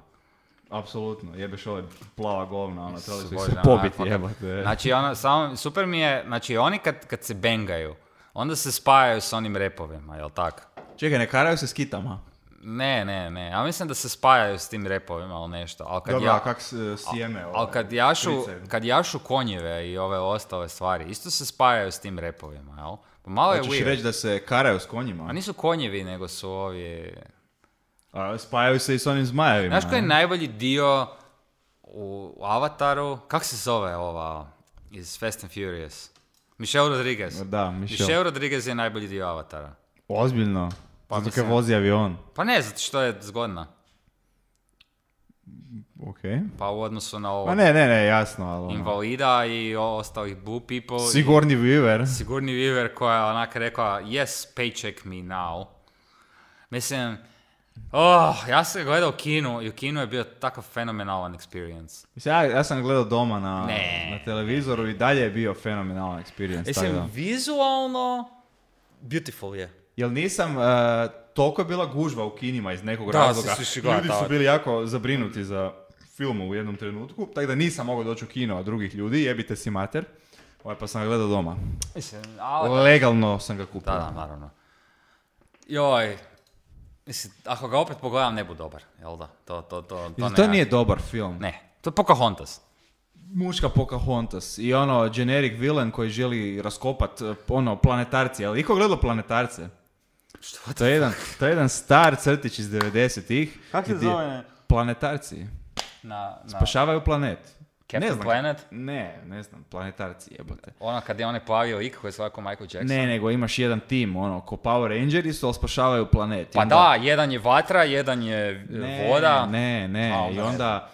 Speaker 2: Apsolutno, jebeš ove plava govna, ono, trebali su ih se
Speaker 1: Bože,
Speaker 2: pobiti,
Speaker 1: onako.
Speaker 2: jebate.
Speaker 1: Znači, ono, samo, super mi je, znači oni kad, kad se bengaju, onda se spajaju s onim repovima, jel tako?
Speaker 2: e. Čekaj, ne karaju se s kitama.
Speaker 1: Ne, ne, ne. Ja mislim da se spajaju s tim repovima ili nešto. Ali kad,
Speaker 2: Dobro,
Speaker 1: ja,
Speaker 2: a kak e, se sjeme ovo?
Speaker 1: ali kad, jašu,
Speaker 2: šprice?
Speaker 1: kad jašu konjeve i ove ostale stvari, isto se spajaju s tim repovima, jel? Pa malo je
Speaker 2: Hoćeš
Speaker 1: weird.
Speaker 2: reći da se karaju s
Speaker 1: A
Speaker 2: konjima?
Speaker 1: nisu konjevi, nego su ovi...
Speaker 2: A, spajaju se i s onim zmajevima.
Speaker 1: Znaš koji je najbolji dio u, u Avataru? Kako se zove ova iz Fast and Furious? Michelle Rodriguez.
Speaker 2: Pa Da, Michelle.
Speaker 1: Michelle Rodriguez je najbolji dio Avatara.
Speaker 2: Ozbiljno. Pa Zato kaj
Speaker 1: mislim-
Speaker 2: vozi avion.
Speaker 1: Pa ne, zato što je zgodna.
Speaker 2: Okej.
Speaker 1: Pa u odnosu na ovo
Speaker 2: Pa ne, ne, ne, jasno, ali... ono,
Speaker 1: invalida i o- ostalih blue people. i-
Speaker 2: Sigourney Weaver.
Speaker 1: Sigurni Viver koja je onak rekla yes, paycheck me now. Mislim, oh, ja sam ga gledao u kinu i u kinu je bio takav fenomenalan experience.
Speaker 2: Mislim, ja, ja sam gledao doma na,
Speaker 1: Ne.
Speaker 2: na televizoru i dalje je bio fenomenalan experience. tako da.
Speaker 1: Mislim, vizualno, beautiful je.
Speaker 2: Jel nisam, e, toliko je bila gužva u kinima iz nekog
Speaker 1: Da,
Speaker 2: razloga.
Speaker 1: svi su išli gledat
Speaker 2: Ljudi su
Speaker 1: Avatar.
Speaker 2: bili jako zabrinuti za film u jednom trenutku, tako da nisam mogao doći u kino od drugih ljudi, jebite si mater. Ovaj, pa sam ga gledao doma.
Speaker 1: Mislim, ali...
Speaker 2: Legalno sam ga
Speaker 1: Da,
Speaker 2: kupio.
Speaker 1: da, naravno. Joj, mislim, ako ga opet pogledam ne bu dobar, jel da? To, to, to, to,
Speaker 2: Mislim,
Speaker 1: ne-
Speaker 2: to nije dobar film.
Speaker 1: Ne, to je Pocahontas.
Speaker 2: Muška Pocahontas i ono generic villain koji želi raskopat e, ono planetarce. Jel iko gledao planetarce?
Speaker 1: Što
Speaker 2: To je jedan, to je jedan star crtić iz 90-ih.
Speaker 1: Kak se
Speaker 2: gdje-
Speaker 1: zove?
Speaker 2: Planetarci.
Speaker 1: Na, na,
Speaker 2: Spašavaju planet.
Speaker 1: Captain
Speaker 2: ne znam,
Speaker 1: Planet?
Speaker 2: Ne, ne znam, planetarci jebote.
Speaker 1: ono kad je onaj plavio lik koji je svako Michael Jackson.
Speaker 2: Ne, nego imaš jedan tim, ono, ko Power Rangers su, ali spašavaju planet. I
Speaker 1: Pa
Speaker 2: onda-
Speaker 1: da, jedan je vatra, jedan je e,
Speaker 2: ne,
Speaker 1: voda.
Speaker 2: Ne, ne,
Speaker 1: A, onda
Speaker 2: i
Speaker 1: ne
Speaker 2: onda...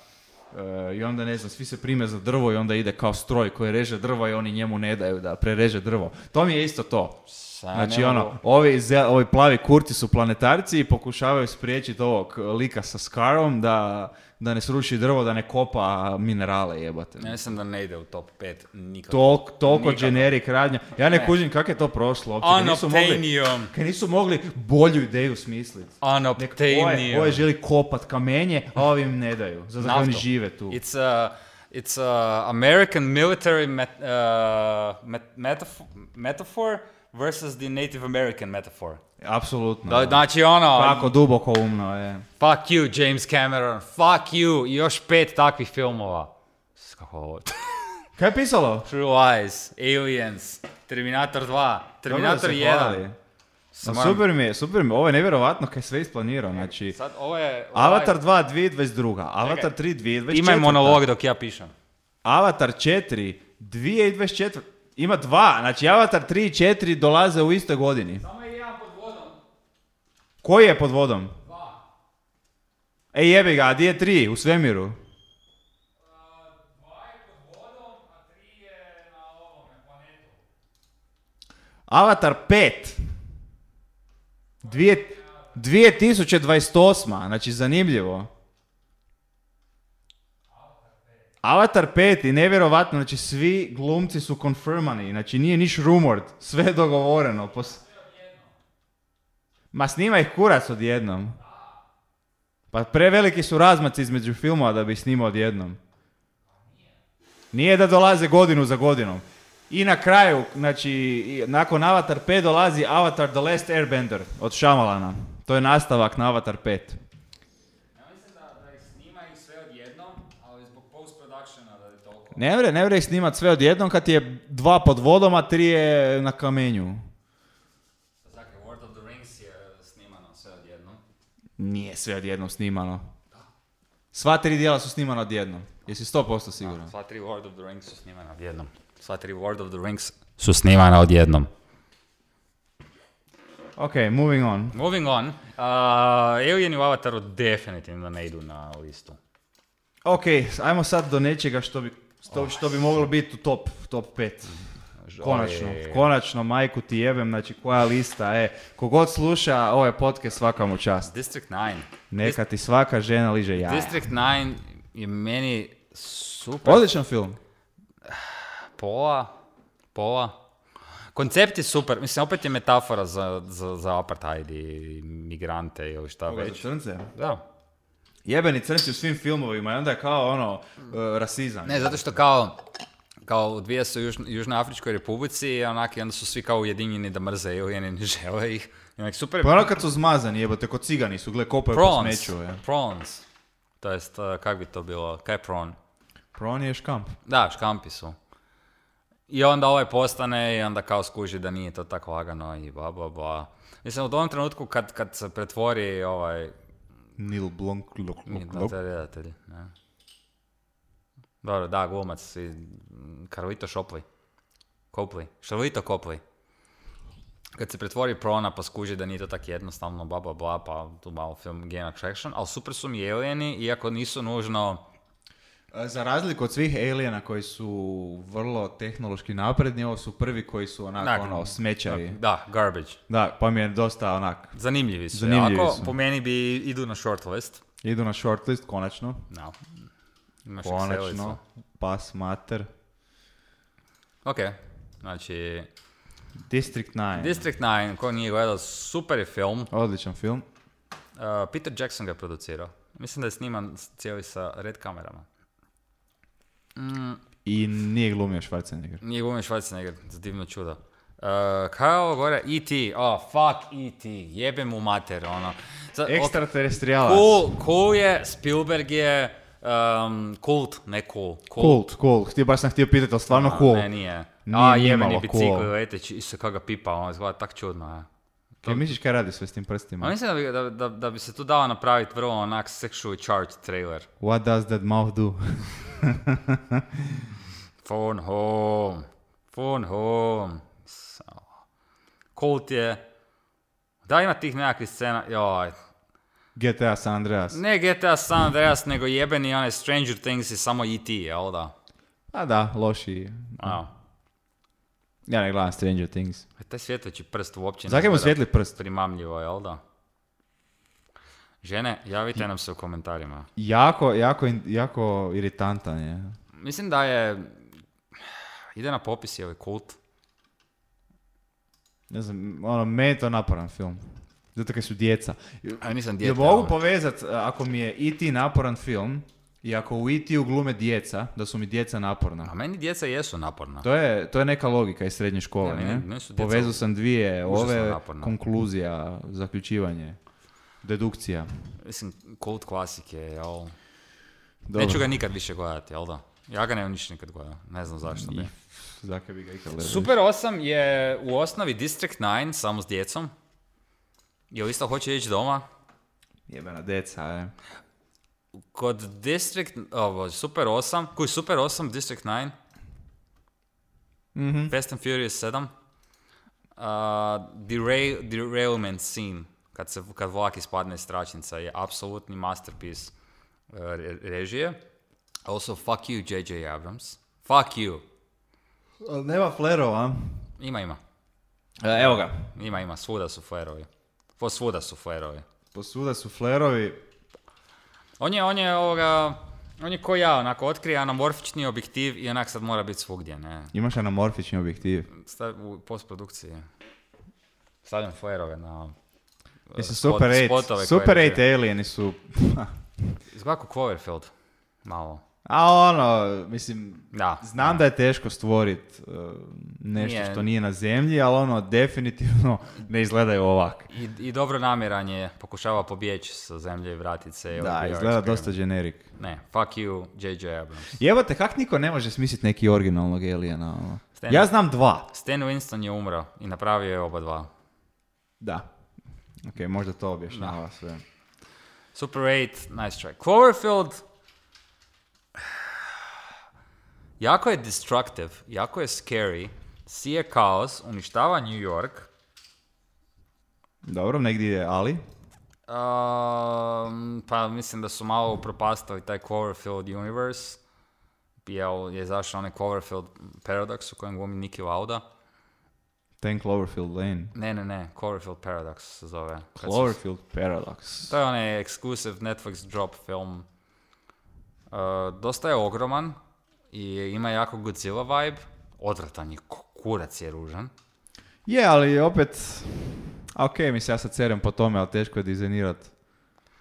Speaker 2: e, I onda, ne znam, svi se prime za drvo i onda ide kao stroj koji reže drvo i oni njemu ne daju da prereže drvo. To mi je isto to.
Speaker 1: Sa-
Speaker 2: Znači,
Speaker 1: ne
Speaker 2: ono,
Speaker 1: mogu-
Speaker 2: ovi, ze- ovi plavi kurti su planetarci i pokušavaju spriječiti ovog lika sa Scarom da da ne sruši drvo, da ne kopa minerale jebate.
Speaker 1: Ja mislim da ne ide u top 5 nikako.
Speaker 2: Tolk, toliko
Speaker 1: Nikako.
Speaker 2: generic radnja. Ja
Speaker 1: Ne.
Speaker 2: ne,
Speaker 1: Ono,
Speaker 2: kužim kak je to prošlo uopće. Kad nisu mogli,
Speaker 1: Unobtainium.
Speaker 2: kad nisu mogli bolju ideju smisliti. Nek ovaj,
Speaker 1: Unobtainium.
Speaker 2: ovaj želi kopat kamenje, a ovi im ne daju. Zato što
Speaker 1: Naftu.
Speaker 2: oni žive tu.
Speaker 1: It's a, it's a American military met, uh, met, metafor, metaphor versus the Native American metaphor.
Speaker 2: Apsolutno.
Speaker 1: Da, znači ono,
Speaker 2: Kako duboko umno e. je.
Speaker 1: fuck you James Cameron, fuck you, i još pet takvih filmova. S- Kako ovo?
Speaker 2: Kaj je pisalo?
Speaker 1: True Eyes, Aliens, Terminator 2,
Speaker 2: Dobro da
Speaker 1: Terminator
Speaker 2: se
Speaker 1: 1.
Speaker 2: hvali.
Speaker 1: Se
Speaker 2: Ma,
Speaker 1: moram-
Speaker 2: super mi je, super mi je. Ovo je nevjerovatno kaj je sve isplanirao. Znači,
Speaker 1: Sad ovo je... ovaj-
Speaker 2: Avatar 2 2022, Avatar 3 2024.
Speaker 1: Imaj monolog dok ja pišem.
Speaker 2: Avatar 4 2024. Ima dva, znači Avatar 3 i 4 dolaze u istoj godini.
Speaker 1: Samo je jedan pod vodom.
Speaker 2: Koji je pod vodom? Ej jebi ga, a di je 3 u svemiru? Avatar 5. Dvije, 2028. Znači zanimljivo. Avatar 5 i nevjerovatno, znači svi glumci su confirmani, znači nije niš rumored, sve je dogovoreno. Pos- Ma snima ih kurac odjednom. Pa preveliki su razmaci između filmova da bi ih snimao odjednom. Nije da dolaze godinu za godinom. I na kraju, znači, i- nakon Avatar 5 dolazi Avatar The Last Airbender od Šamalana. To je nastavak na Avatar 5.
Speaker 1: Ja mislim da, da ih snima i sve odjednom, ali zbog post-productiona da je toliko.
Speaker 2: Ne vre, ne vre ih snimat sve odjednom kad je dva pod vodom, a tri je na kamenju.
Speaker 1: Dakle, World of the Rings je snimano sve odjednom.
Speaker 2: Nije sve odjednom snimano. Sva tri dijela su snimana odjednom. Jesi 100% siguran?
Speaker 1: Sva tri World of the Rings su snimana odjednom. Sva tri World of the Rings su snimana odjednom.
Speaker 2: Ok, moving on.
Speaker 1: Moving on, uh, Alieni u Avataru definitivno ne idu na listu.
Speaker 2: Ok, ajmo sad do nečega što bi, što, što bi moglo biti u top, top 5.
Speaker 1: Znači, ovaj
Speaker 2: Konačno,
Speaker 1: Oj.
Speaker 2: konačno, majku ti jebem, znači koja lista, e. Kogod sluša ovaj podcast svaka mu čast.
Speaker 1: District 9.
Speaker 2: Neka ti svaka žena liže jaja.
Speaker 1: District 9 je meni super.
Speaker 2: Odličan film.
Speaker 1: Pola, pola. Koncept je super, mislim opet je metafora za, za, za apartheid i migrante ili šta već.
Speaker 2: Crnce.
Speaker 1: Da.
Speaker 2: Jebeni crnci u svim filmovima i onda je kao ono, e, rasizam.
Speaker 1: Ne, zato što kao, kao odvija se u Južn- Južnoafričkoj republici i onak, i onda su svi kao ujedinjeni da mrze alieni, ne žele ih. I onak, super je
Speaker 2: Pa ono kad su zmazani jebote, ko cigani su, gle kopaju po
Speaker 1: prawns,
Speaker 2: smeću. Je.
Speaker 1: prawns. To jest, eh, kak bi to bilo, kaj je prawn?
Speaker 2: Prawn je škamp.
Speaker 1: Da, škampi su. I onda ovaj postane i onda kao skuži da nije to tako lagano i ba, ba, ba. Mislim, u tom trenutku kad, kad se pretvori ovaj,
Speaker 2: Neil Blanc, lok, lok, lok.
Speaker 1: Te redatelji, ne. Dobro, da, glumac i Carlito Šopli. Kopli. Charlito Kopli. Kad se pretvori prona pa skuži da nije to tako jednostavno, bla bla bla, pa tu malo film Game Attraction, ali super su mi alieni, iako nisu nužno...
Speaker 2: E, Za razliku od svih aliena koji su vrlo tehnološki napredni, ovo su prvi koji su onak,
Speaker 1: Onak,
Speaker 2: ono, smećari.
Speaker 1: Da, garbage.
Speaker 2: Da, pa mi je dosta onak,
Speaker 1: Zanimljivi su.
Speaker 2: Zanimljivi
Speaker 1: Ako,
Speaker 2: su.
Speaker 1: po meni bi idu na shortlist.
Speaker 2: idu na shortlist, konačno.
Speaker 1: No. Imaš
Speaker 2: Konačno.
Speaker 1: Excelicu.
Speaker 2: Pas mater.
Speaker 1: Ok. Znači,
Speaker 2: District 9.
Speaker 1: District 9, ko nije gledao, super je film.
Speaker 2: Odličan film.
Speaker 1: Uh, Peter Jackson ga je producirao. Mislim da je sniman s- cijeli sa red kamerama.
Speaker 2: I nije glumio Schwarzenegger.
Speaker 1: Nije glumio Schwarzenegger, za divno čudo. Uh, kaj je ovo gore? E.T. Oh, fuck E.T. Jebe mu mater, ono. Za,
Speaker 2: Ekstraterestrijalac.
Speaker 1: Cool, cool je, Spielberg je, um, kult, ne cool.
Speaker 2: Kult, cool. Htio, baš sam htio pitati, ali stvarno cool.
Speaker 1: Ne, nije.
Speaker 2: Nije
Speaker 1: A, jebeni
Speaker 2: nimalo
Speaker 1: bicikli
Speaker 2: cool.
Speaker 1: leteći, isto kako ga pipa, ono izgleda tak čudno, je.
Speaker 2: Kaj misliš kaj radi sve s tim
Speaker 1: Ma
Speaker 2: prstima?
Speaker 1: mislim da bi, da, da, da bi se tu dao napraviti vrlo onak sexually charged trailer.
Speaker 2: What does that mouth do?
Speaker 1: Phone home. Phone home. So. Colt je... Da ima tih nekakvih scena, joj.
Speaker 2: GTA San Andreas.
Speaker 1: Ne GTA San Andreas, nego jebeni onaj Stranger Things i samo E.T., jel da?
Speaker 2: A da, loši.
Speaker 1: Ono,
Speaker 2: Ja ne gledam Stranger Things.
Speaker 1: taj svjetleći E, prst uopće ne
Speaker 2: Zakaj mu
Speaker 1: izgleda
Speaker 2: svijetli prst?
Speaker 1: primamljivo, jel da? Žene, javite nam se u komentarima.
Speaker 2: Jako, jako, in- jako iritantan je.
Speaker 1: Mislim da je... Ide na popis je ovaj kult.
Speaker 2: Ne znam, ono, meni je to naporan film. Zato kaj su djeca.
Speaker 1: A nisam
Speaker 2: Jel
Speaker 1: djete.
Speaker 2: mogu
Speaker 1: ali-
Speaker 2: povezat, a, ako mi je E.T. naporan film, i ako u E.T. glume djeca, da su mi djeca naporna.
Speaker 1: A meni djeca jesu naporna.
Speaker 2: To je, to je neka logika iz srednje škole,
Speaker 1: Ne,
Speaker 2: ne?
Speaker 1: meni- meni su djeca
Speaker 2: Povezao sam dvije
Speaker 1: užasno
Speaker 2: ove,
Speaker 1: naporna.
Speaker 2: konkluzija, zaključivanje,
Speaker 1: E,
Speaker 2: dedukcija.
Speaker 1: Mislim, kult klasike, jel?
Speaker 2: Dobro.
Speaker 1: Neću ga nikad više gledati, jel da? Ja ga nemam ništa nikad gledao. Ne znam zašto bi.
Speaker 2: Zakaj bi ga ikad gledali?
Speaker 1: Super 8 je u osnovi District 9, samo s djecom. Jel isto hoće ići doma?
Speaker 2: Jebena deca, e.
Speaker 1: Kod District, ovo, Super 8, koji Super 8, District 9,
Speaker 2: Mhm.
Speaker 1: Fast and Furious 7, uh, derail, Derailment scene, kad, se, kad vlak ispadne iz tračnica, je apsolutni masterpiece uh, re- režije. Also, fuck you, J.J. Abrams. Fuck you.
Speaker 2: Ali Nema flerova.
Speaker 1: Ima, ima.
Speaker 2: E, Evo ga.
Speaker 1: Ima, ima. Svuda su flerovi. Po svuda su flerovi.
Speaker 2: Posuda su flerovi.
Speaker 1: On je, on je ovoga, on je ko ja, onako, otkrije anamorfični objektiv i onak sad mora biti svugdje, ne.
Speaker 2: Imaš anamorfični objektiv.
Speaker 1: Stav, u postprodukciji. Stavljam flerove na... e,
Speaker 2: Jesi
Speaker 1: spot-
Speaker 2: Super 8.
Speaker 1: spotove koje
Speaker 2: Super
Speaker 1: režira.
Speaker 2: 8 alieni su...
Speaker 1: Izgleda kao Cloverfield. Malo.
Speaker 2: A ono, mislim,
Speaker 1: Da.
Speaker 2: znam da je teško stvorit e, nešto
Speaker 1: Nije.
Speaker 2: što nije na zemlji, ali ono, definitivno ne izgledaju ovak.
Speaker 1: I, I dobro namjeran je, pokušava pobjeći sa zemlje i vratiti se. i
Speaker 2: Da,
Speaker 1: odbija
Speaker 2: izgleda
Speaker 1: eksperiment.
Speaker 2: dosta generik.
Speaker 1: Ne, fuck you, J.J. Abrams.
Speaker 2: Jebo te, kak niko ne može smisliti neki originalnog Aliena? ono?
Speaker 1: Stand-
Speaker 2: Ja znam dva.
Speaker 1: Stan Winston je umro i napravio je oba dva.
Speaker 2: Da. Ok, možda to objašnjava sve.
Speaker 1: Super 8, nice try. Cloverfield... Jako je destructive, jako je scary, sije kaos, uništava New York.
Speaker 2: Dobro, negdje ide Ali.
Speaker 1: Um, pa mislim da su malo upropastali taj Cloverfield universe. Jel je zašao onaj Cloverfield Paradox u kojem glumi Niki Lauda.
Speaker 2: Ten Cloverfield Lane.
Speaker 1: Ne, ne, ne, Cloverfield Paradox se zove. Kad su-
Speaker 2: Cloverfield Paradox.
Speaker 1: To je onaj exclusive Netflix drop film. Uh, dosta je ogroman i ima jako Godzilla vibe. Odvratan je, ko- kurac je ružan.
Speaker 2: Je, ali opet... a Ok, mislim, ja sad cerem po tome, ali teško je dizajnirat.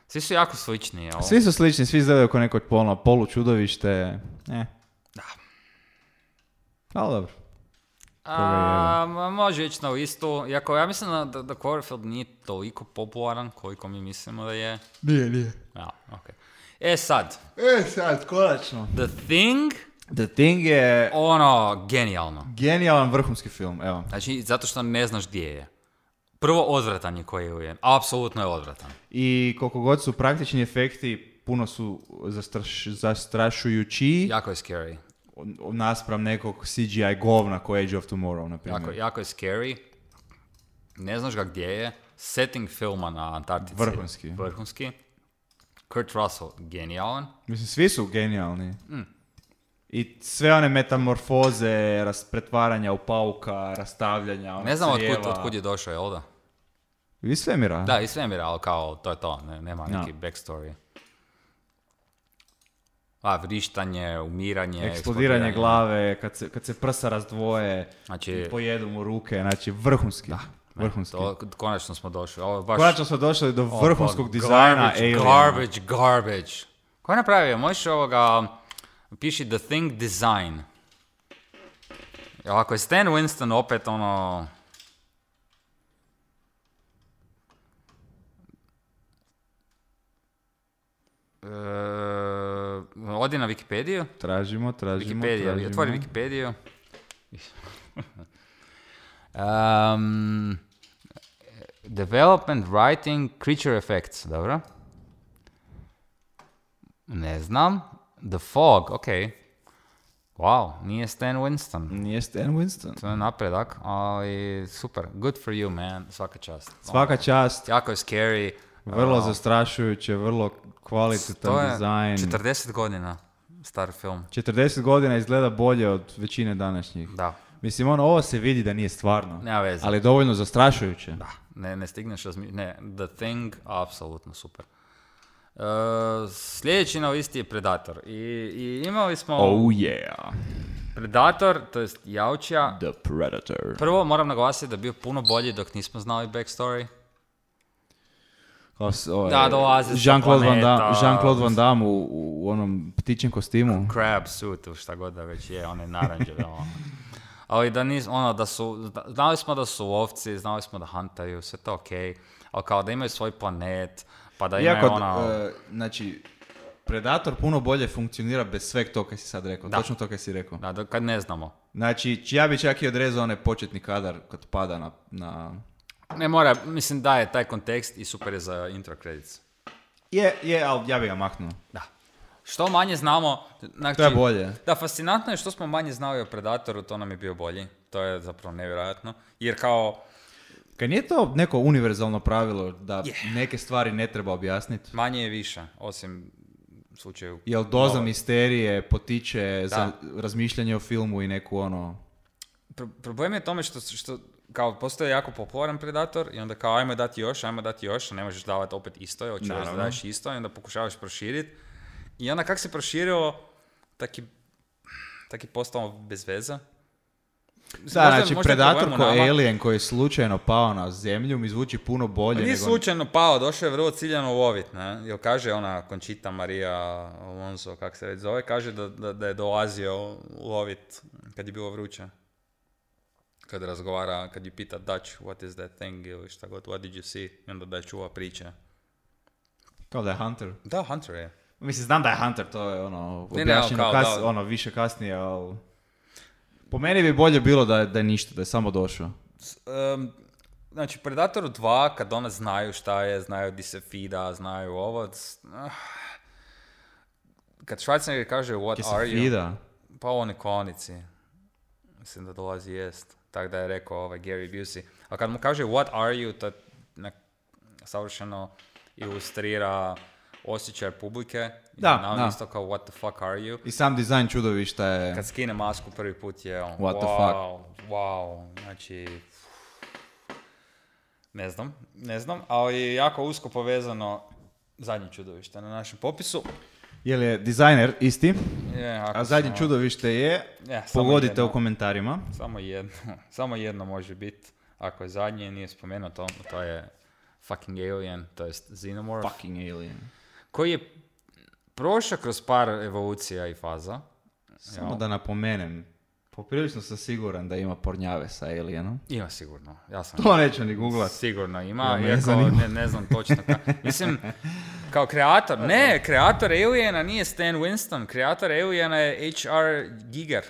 Speaker 1: Svi su jako slični, jel?
Speaker 2: Svi su slični, svi izgledaju kao neko ono, polu čudovište. Ne. Da. Ali dobro.
Speaker 1: A, ma, može ići na listu, iako ja mislim da, da, da Cloverfield nije toliko popularan koliko mi mislimo da je.
Speaker 2: Nije, nije.
Speaker 1: Ja, ok. E sad,
Speaker 2: E, sad, konačno.
Speaker 1: The Thing,
Speaker 2: The Thing je
Speaker 1: ono, genijalno.
Speaker 2: genijalan vrhunski film, evo.
Speaker 1: Znači, zato što ne znaš gdje je. Prvo, odvratan je koji je, apsolutno je odvratan.
Speaker 2: I koliko god su praktični efekti, puno su zastraš, zastrašujući
Speaker 1: Jako je scary.
Speaker 2: o- naspram nekog CGI govna ko Age of Tomorrow, na primjer.
Speaker 1: Jako, jako je scary. Ne znaš ga gdje je. Setting filma na Antarktici.
Speaker 2: Vrhunski.
Speaker 1: Vrhunski. Kurt Russell, genijalan.
Speaker 2: Mislim, svi su genijalni.
Speaker 1: Mm.
Speaker 2: I sve one metamorfoze, ras- pretvaranja u pauka, rastavljanja, ono
Speaker 1: Ne znam otkud,
Speaker 2: crijeva.
Speaker 1: otkud je došao, jel da?
Speaker 2: Iz svemira?
Speaker 1: Da, iz svemira, ali kao, to je to, ne- nema neki backstory. A, vrištanje, umiranje,
Speaker 2: Eksplodiranje glave, kad se, kad se prsa razdvoje,
Speaker 1: Znači-
Speaker 2: pojedu mu ruke, znači vrhunski. vrhunski.
Speaker 1: E, To, konačno smo došli. Ovo je baš...
Speaker 2: Konačno smo došli do
Speaker 1: ovo,
Speaker 2: vrhunskog
Speaker 1: Ono, garbage,
Speaker 2: dizajna Aliena.
Speaker 1: Garbage, garbage. Ko je napravio? Možeš ovoga... um, Piši The Thing Design. Jel, Ako je Stan Winston opet ono... E, odi na Wikipediju.
Speaker 2: Tražimo, tražimo,
Speaker 1: Wikipedia,
Speaker 2: tražimo.
Speaker 1: otvori Wikipediju. um, development, writing, creature effects, dobro. Ne znam. The Fog, ok. Wow, nije Stan Winston.
Speaker 2: Nije Stan Winston.
Speaker 1: To je napredak, ali super. Good for you, man. Svaka čast.
Speaker 2: Svaka čast,
Speaker 1: Jako je scary.
Speaker 2: vrlo zastrašujuće, vrlo
Speaker 1: To
Speaker 2: kvalitetan
Speaker 1: je
Speaker 2: dizajn.
Speaker 1: 40 godina star film.
Speaker 2: 40 godina izgleda bolje od većine današnjih.
Speaker 1: Da.
Speaker 2: Mislim, ono, ovo se vidi da nije stvarno.
Speaker 1: Nema veze.
Speaker 2: Ali je dovoljno zastrašujuće.
Speaker 1: Da, ne, ne stigneš razmišljati. Ne, The Thing, apsolutno super. E, sljedeći na listi je Predator. I, i imali smo
Speaker 2: Oh yeah,
Speaker 1: Predator, to jest Jaučija.
Speaker 2: the Predator.
Speaker 1: Prvo moram naglasiti da je bio puno bolji dok nismo znali backstory.
Speaker 2: Kao s- ovaj,
Speaker 1: Da, dolaze sa
Speaker 2: Jean-Claude Van Damme,
Speaker 1: planeta.
Speaker 2: Jean-Claude Van Damme u, u onom ptičjem kostimu.
Speaker 1: crab suit, ili šta god da već je, one naranđeve, ono. Ali da nis, ono, da su, zna- znali smo da su lovci, znali smo da huntaju, sve to okej, ali kao da imaju svoj planet, pa da imaju
Speaker 2: Iako,
Speaker 1: ono,
Speaker 2: e, znači, Predator puno bolje funkcionira bez sveg to kaj si sad rekao,
Speaker 1: Da.
Speaker 2: točno to kaj si rekao.
Speaker 1: da, da, kad ne znamo.
Speaker 2: Znači, č- ja bi čak i odrezao onaj početni kadar kad pada na... na...
Speaker 1: Ne mora, mislim da je taj kontekst i super je za intro credits.
Speaker 2: Je, je, ali ja bi ga maknuo.
Speaker 1: Da. Što manje znamo, znači,
Speaker 2: To je bolje.
Speaker 1: Da, fascinantno je što smo manje znali o Predatoru, to nam je bio bolji. To je zapravo nevjerojatno. Jer kao,
Speaker 2: Kaj nije to neko univerzalno pravilo da neke stvari ne treba objasniti?
Speaker 1: manje je više, osim u slučaju...
Speaker 2: Jel doza misterije potiče za razmišljanje o filmu i neku ono...
Speaker 1: Pro- problem je u tome što, što kao postoje jako popularan predator i onda kao ajmo dati još, ajmo dati još, a ne možeš davati opet isto, hoćeš da
Speaker 2: Naravno.
Speaker 1: daš isto i onda pokušavaš proširiti. I onda kako se proširilo, tak je, tak je postalo bez veza. Mislim,
Speaker 2: Da,
Speaker 1: možda-
Speaker 2: znači
Speaker 1: možda je problem
Speaker 2: Predator
Speaker 1: u
Speaker 2: ko
Speaker 1: nama.
Speaker 2: alien koji je slučajno pao na zemlju mi zvuči puno bolje
Speaker 1: Pa Nije
Speaker 2: nego...
Speaker 1: slučajno pao, došao je vrlo ciljano lovit, ne? Jel kaže ona Conchita Maria Alonso, kak se već zove, kaže da, da, da je dolazio lovit kad je bilo vruće. Kad razgovara, kad ju pita Dutch, what is that thing, ili šta god, what did you see, i onda da je čuva priče.
Speaker 2: Kao da je Hunter.
Speaker 1: Da, Hunter je.
Speaker 2: Mislim, znam da je Hunter, to je ono,
Speaker 1: Ne, ne,
Speaker 2: objašnjeno
Speaker 1: ali kao,
Speaker 2: kas-
Speaker 1: da.
Speaker 2: ono, više kasnije, ali... Po meni bi bolje bilo da, je- da je ništa, da je samo došao.
Speaker 1: S- em, znači, Predatoru 2, kad ona znaju šta je, znaju di se fida, znaju ovo, c- ah. kad Schwarzenegger kaže what
Speaker 2: Kaj se
Speaker 1: are you,
Speaker 2: fida?
Speaker 1: Pa u onoj konici. Mislim da dolazi jest. Tako da je rekao ovaj Gary Busey. A kad mu kaže what are you, to na, savršeno ilustrira osjećaj publike. I
Speaker 2: Da,
Speaker 1: na ono
Speaker 2: da.
Speaker 1: isto kao what the fuck are you.
Speaker 2: I sam dizajn čudovišta je...
Speaker 1: Kad skine masku prvi put je on
Speaker 2: What the
Speaker 1: wow, wow. Znači, ne znam, ne znam, ali je jako usko povezano zadnje čudovište na našem popisu.
Speaker 2: Jel je dizajner isti?
Speaker 1: Je, ako
Speaker 2: A zadnje
Speaker 1: sam-
Speaker 2: čudovište je...
Speaker 1: Je, samo
Speaker 2: Pogodite
Speaker 1: jedno.
Speaker 2: u komentarima.
Speaker 1: Samo jedno, samo jedno može biti. Ako je zadnje, nije spomenuo to, to je fucking alien, to jest xenomorph,
Speaker 2: Fucking alien.
Speaker 1: koji je prošao kroz par evolucija i faza.
Speaker 2: Samo da napomenem, poprilično sam siguran da ima pornjave sa alienom.
Speaker 1: Ima sigurno, ja sam
Speaker 2: To neću ni googlat.
Speaker 1: sigurno ima,
Speaker 2: Ja me
Speaker 1: iako
Speaker 2: zanima.
Speaker 1: ne, ne znam točno ka- Mislim, kao kreator, ne, kreator Aliena nije Stan Winston, kreator Aliena je H.R. Giger,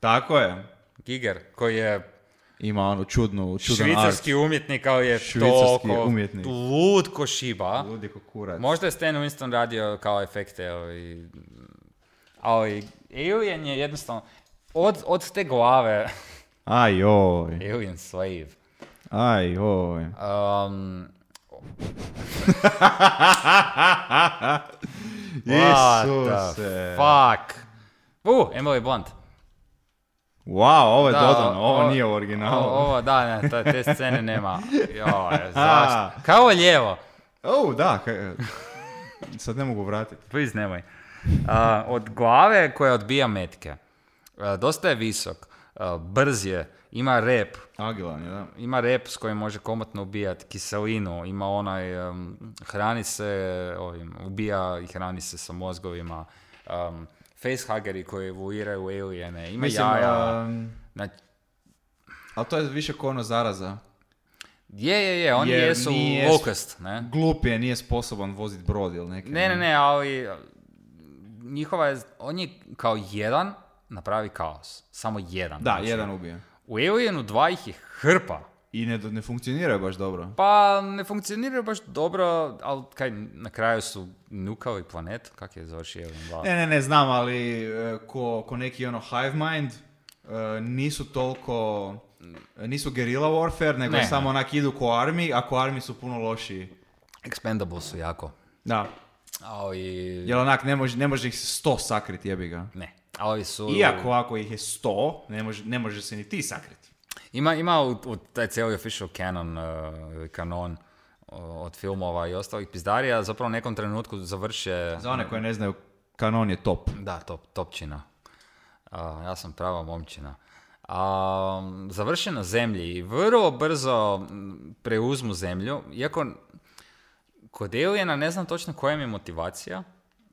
Speaker 2: Tako je.
Speaker 1: Giger, koji je
Speaker 2: Ima onu čudnu, čudan
Speaker 1: švicarski umjetnik, ali je
Speaker 2: Švicarski
Speaker 1: toliko
Speaker 2: umjetnik.
Speaker 1: lud ko šiba.
Speaker 2: art. Ludi ko kurac.
Speaker 1: Možda je Stan Winston radio kao efekte, ali, ali Alien je jednostavno, od, od te glave,
Speaker 2: Aj oj,
Speaker 1: Alien Slave,
Speaker 2: aj oj.
Speaker 1: um, what the
Speaker 2: Isuse.
Speaker 1: fuck, uh, Emily Blunt.
Speaker 2: Wow, ovo je
Speaker 1: Da,
Speaker 2: dodano, ovo
Speaker 1: o-
Speaker 2: nije u
Speaker 1: O-
Speaker 2: originalu.
Speaker 1: Ovo, da, ne, to- te scene nema. Joj, zašto? Kao lijevo.
Speaker 2: Oh, da. kaj- Sad ne mogu vratiti.
Speaker 1: Please nemoj. A, od glave koja odbija metke. A, dosta je visok. a, brz je. Ima rep.
Speaker 2: Agilan je, da.
Speaker 1: Ima rep s kojim može komotno ubijat kiselinu. Ima onaj... em, hrani se... Ovim, ubija i hrani se sa mozgovima. Um, facehageri koji evoluiraju u aliene. Ima
Speaker 2: Mislim,
Speaker 1: jaja.
Speaker 2: um,
Speaker 1: Znači,
Speaker 2: ali to je više ko ono zaraza.
Speaker 1: je, je, je. Oni
Speaker 2: Jer
Speaker 1: jesu
Speaker 2: nije-
Speaker 1: locust, ne?
Speaker 2: Glup je, nije sposoban voziti brod ili neke.
Speaker 1: Ne, ne, ne, ali njihova je, on je kao jedan napravi kaos. Samo jedan.
Speaker 2: Da,
Speaker 1: Znači,
Speaker 2: jedan ubije.
Speaker 1: U Alienu 2 ih je hrpa.
Speaker 2: I ne, ne funkcioniraju baš dobro.
Speaker 1: Pa ne funkcioniraju baš dobro, ali kaj, na kraju su nukali planet, kak je završio Alien 2.
Speaker 2: Ne, ne, ne, znam, ali e, ko, ko neki ono hive mind, e, nisu toliko, e, nisu guerrilla warfare, nego
Speaker 1: Ne.
Speaker 2: je samo onak idu ko armi, a ko armi su puno lošiji.
Speaker 1: Expendable su jako.
Speaker 2: Da.
Speaker 1: Ali...
Speaker 2: Jer onak ne može, ne može ih sto sakriti, jebi ga.
Speaker 1: Ne, ali su...
Speaker 2: Iako ako ih je sto, ne može, ne može se ni ti sakriti.
Speaker 1: Ima, ima u, u taj cijeli official canon, uh, ili kanon, o, od filmova i ostalih pizdarija zapravo u nekom trenutku završe...
Speaker 2: Za one koje ne znaju, kanon je top.
Speaker 1: Da, top, topčina. A, ja sam prava momčina. A, završe na zemlji i vrlo brzo m, preuzmu zemlju, iako kod Aliena ne znam točno koja im je motivacija,